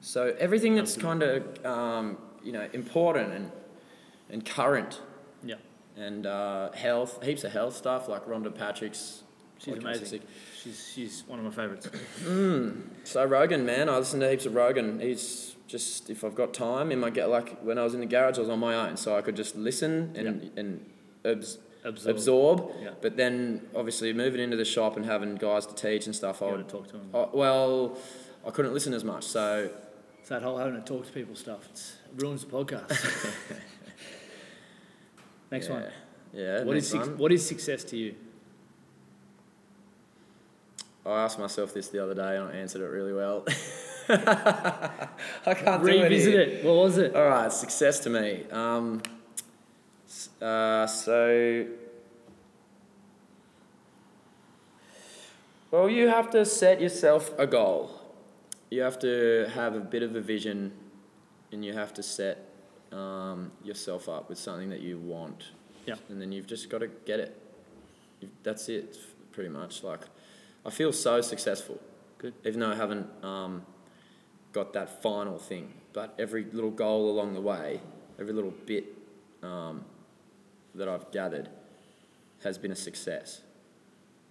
Speaker 2: So everything that's kind of um, you know important and and current
Speaker 1: Yeah.
Speaker 2: and uh, health, heaps of health stuff like Rhonda Patrick's.
Speaker 1: She's
Speaker 2: podcast is
Speaker 1: amazing.
Speaker 2: sick.
Speaker 1: She's she's one of my favorites.
Speaker 2: So Rogan, man, I listen to heaps of Rogan. He's just if I've got time in my get like when I was in the garage, I was on my own, so I could just listen and and obs-
Speaker 1: absorb.
Speaker 2: absorb.
Speaker 1: Yeah.
Speaker 2: But then obviously moving into the shop and having guys to teach and stuff,
Speaker 1: You
Speaker 2: I
Speaker 1: got to
Speaker 2: would,
Speaker 1: talk to them.
Speaker 2: I, well, I couldn't listen as much. So
Speaker 1: It's that whole having to talk to people stuff. It's, it ruins the podcast. <laughs> next
Speaker 2: yeah.
Speaker 1: one.
Speaker 2: Yeah.
Speaker 1: What
Speaker 2: next
Speaker 1: is suc
Speaker 2: one.
Speaker 1: what is success to you?
Speaker 2: I asked myself this the other day and I answered it really well. <laughs> I can't
Speaker 1: Revisit
Speaker 2: do
Speaker 1: it, What was it?
Speaker 2: All right, success to me. Um, s- uh, so, well, you have to set yourself a goal. You have to have a bit of a vision, and you have to set um, yourself up with something that you want.
Speaker 1: Yeah.
Speaker 2: And then you've just got to get it. You've, that's it, pretty much. Like, I feel so successful.
Speaker 1: Good.
Speaker 2: Even though I haven't. Um, got that final thing. But every little goal along the way, every little bit um, that I've gathered has been a success.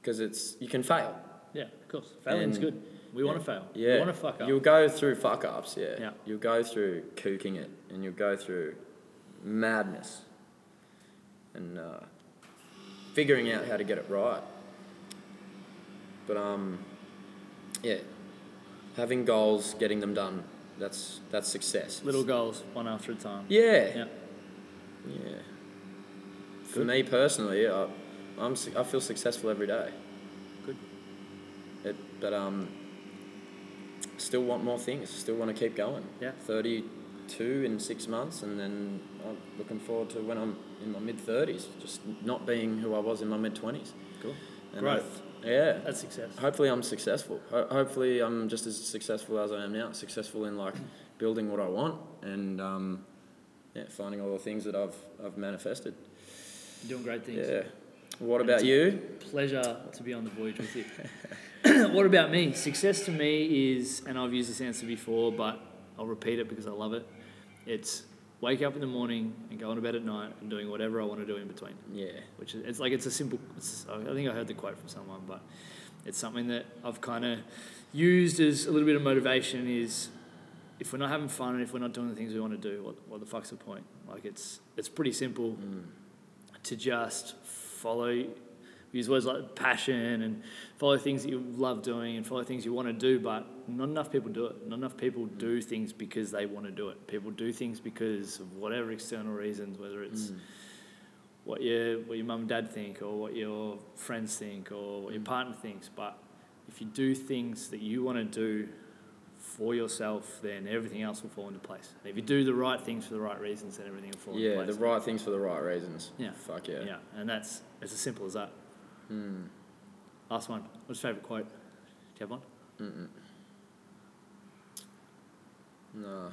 Speaker 2: Because it's you can fail.
Speaker 1: Yeah, of course. Failing's
Speaker 2: And-
Speaker 1: good. We want to fail.
Speaker 2: Yeah.
Speaker 1: We want to fuck up.
Speaker 2: You'll go through fuck ups. Yeah.
Speaker 1: Yeah.
Speaker 2: You'll go through kooking it, and you'll go through madness, and uh, figuring out how to get it right. But um, yeah, having goals, getting them done. That's that's success.
Speaker 1: Little goals, one after a time.
Speaker 2: Yeah.
Speaker 1: Yeah.
Speaker 2: Yeah. For me personally, I, I'm su- I feel successful every day.
Speaker 1: Good.
Speaker 2: It, but um, still want more things. Still want to keep going.
Speaker 1: Yeah.
Speaker 2: Thirty-two in six months, and then I'm looking forward to when I'm in my mid thirties, just not being who I was in my mid twenties.
Speaker 1: Cool.
Speaker 2: And I-
Speaker 1: Growth.
Speaker 2: yeah.
Speaker 1: That's success.
Speaker 2: Hopefully, I'm successful. Ho- hopefully, I'm just as successful as I am now. Successful in like building what I want and um, yeah, finding all the things that I've I've manifested.
Speaker 1: You're doing great things.
Speaker 2: Yeah. What
Speaker 1: And
Speaker 2: about
Speaker 1: it's-
Speaker 2: you?
Speaker 1: Pleasure to be on the voyage with you.
Speaker 2: <laughs>
Speaker 1: <clears throat> what about me? Success to me is, and I've used this answer before, but I'll repeat it because I love it. It's wake up in the morning and going to bed at night and doing whatever I want to do in between.
Speaker 2: Yeah.
Speaker 1: which is it's like it's a simple it's, i think i heard the quote from someone but it's something that i've kind of used as a little bit of motivation is if we're not having fun and if we're not doing the things we want to do what, what the fuck's the point like it's it's pretty simple
Speaker 2: Mm.
Speaker 1: to just follow use words like passion and follow things that you love doing and follow things you want to do but not enough people do it not enough people do things because they want to do it people do things because of whatever external reasons whether it's
Speaker 2: Mm.
Speaker 1: what your what your mum and dad think or what your friends think or what your
Speaker 2: Mm.
Speaker 1: partner thinks. But if you do things that you want to do for yourself, then everything else will fall into place. And if you do the right things for the right reasons, then everything will fall
Speaker 2: Yeah,
Speaker 1: into
Speaker 2: the
Speaker 1: place.
Speaker 2: right things for the right reasons.
Speaker 1: Yeah.
Speaker 2: Fuck yeah.
Speaker 1: yeah, and that's it's as simple as that.
Speaker 2: Mm.
Speaker 1: Last one. What's your favourite quote? Do you have one?
Speaker 2: Mm-mm. No.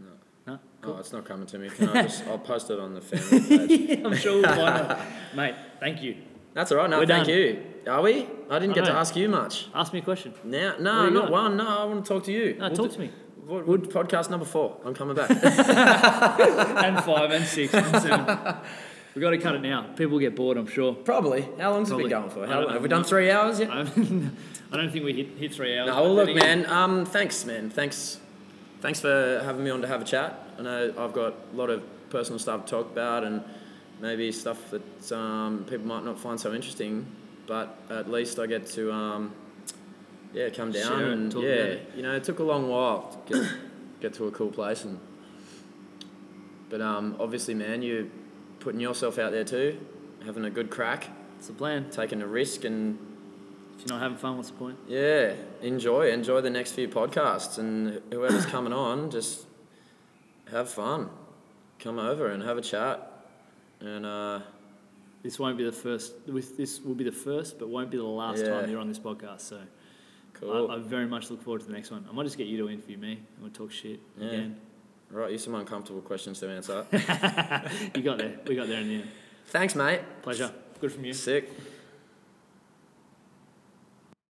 Speaker 2: No.
Speaker 1: No.
Speaker 2: Oh,
Speaker 1: Cool.
Speaker 2: it's not coming to
Speaker 1: <laughs>
Speaker 2: me. Can I just? I'll post it on the family page.
Speaker 1: I'm sure we'll find out. Mate, thank you.
Speaker 2: That's all right. No,
Speaker 1: We're
Speaker 2: thank
Speaker 1: done.
Speaker 2: you. Are we? I didn't
Speaker 1: I
Speaker 2: get to
Speaker 1: know.
Speaker 2: ask you much.
Speaker 1: Ask me a question.
Speaker 2: Now,
Speaker 1: What
Speaker 2: no,
Speaker 1: do you
Speaker 2: not
Speaker 1: got?
Speaker 2: one. No, I want to talk to you.
Speaker 1: No,
Speaker 2: We'll
Speaker 1: talk
Speaker 2: do-
Speaker 1: to me.
Speaker 2: What, what podcast number four? I'm coming back.
Speaker 1: <laughs> and five and six and seven. We've got to cut it now. People get bored, I'm sure. <laughs>
Speaker 2: Probably. How long's
Speaker 1: Probably.
Speaker 2: it been going for?
Speaker 1: I
Speaker 2: How
Speaker 1: don't
Speaker 2: long? Have we
Speaker 1: know.
Speaker 2: done three hours yet?
Speaker 1: Um, I don't think we hit, hit three hours.
Speaker 2: No,
Speaker 1: but
Speaker 2: well,
Speaker 1: then
Speaker 2: look,
Speaker 1: again-
Speaker 2: man. Um, thanks, man. Thanks, thanks for having me on to have a chat. I know I've got a lot of personal stuff to talk about, and maybe stuff that um, people might not find so interesting. But at least I get to, um, yeah, come down
Speaker 1: Share it,
Speaker 2: and
Speaker 1: talk
Speaker 2: yeah,
Speaker 1: about it.
Speaker 2: you know, it took a long while to get, get to a cool place, and but um, obviously, man, you putting yourself out there too, having a good crack,
Speaker 1: It's the plan.
Speaker 2: taking a risk, and
Speaker 1: If you're not having fun, what's the point?
Speaker 2: yeah, enjoy. Enjoy the next few podcasts, and whoever's coming on, just have fun. Come over and have a chat. And uh,
Speaker 1: This won't be the first. With this will be the first, but won't be the last
Speaker 2: Yeah.
Speaker 1: time you're on this podcast. So
Speaker 2: cool.
Speaker 1: I, I very much look forward to the next one. I might just get you to interview me and we'll talk shit
Speaker 2: Yeah.
Speaker 1: again.
Speaker 2: right, you some uncomfortable questions
Speaker 1: <laughs>
Speaker 2: to answer.
Speaker 1: you got there. We got there in the end.
Speaker 2: Thanks, mate.
Speaker 1: Pleasure. Good from you.
Speaker 2: Sick.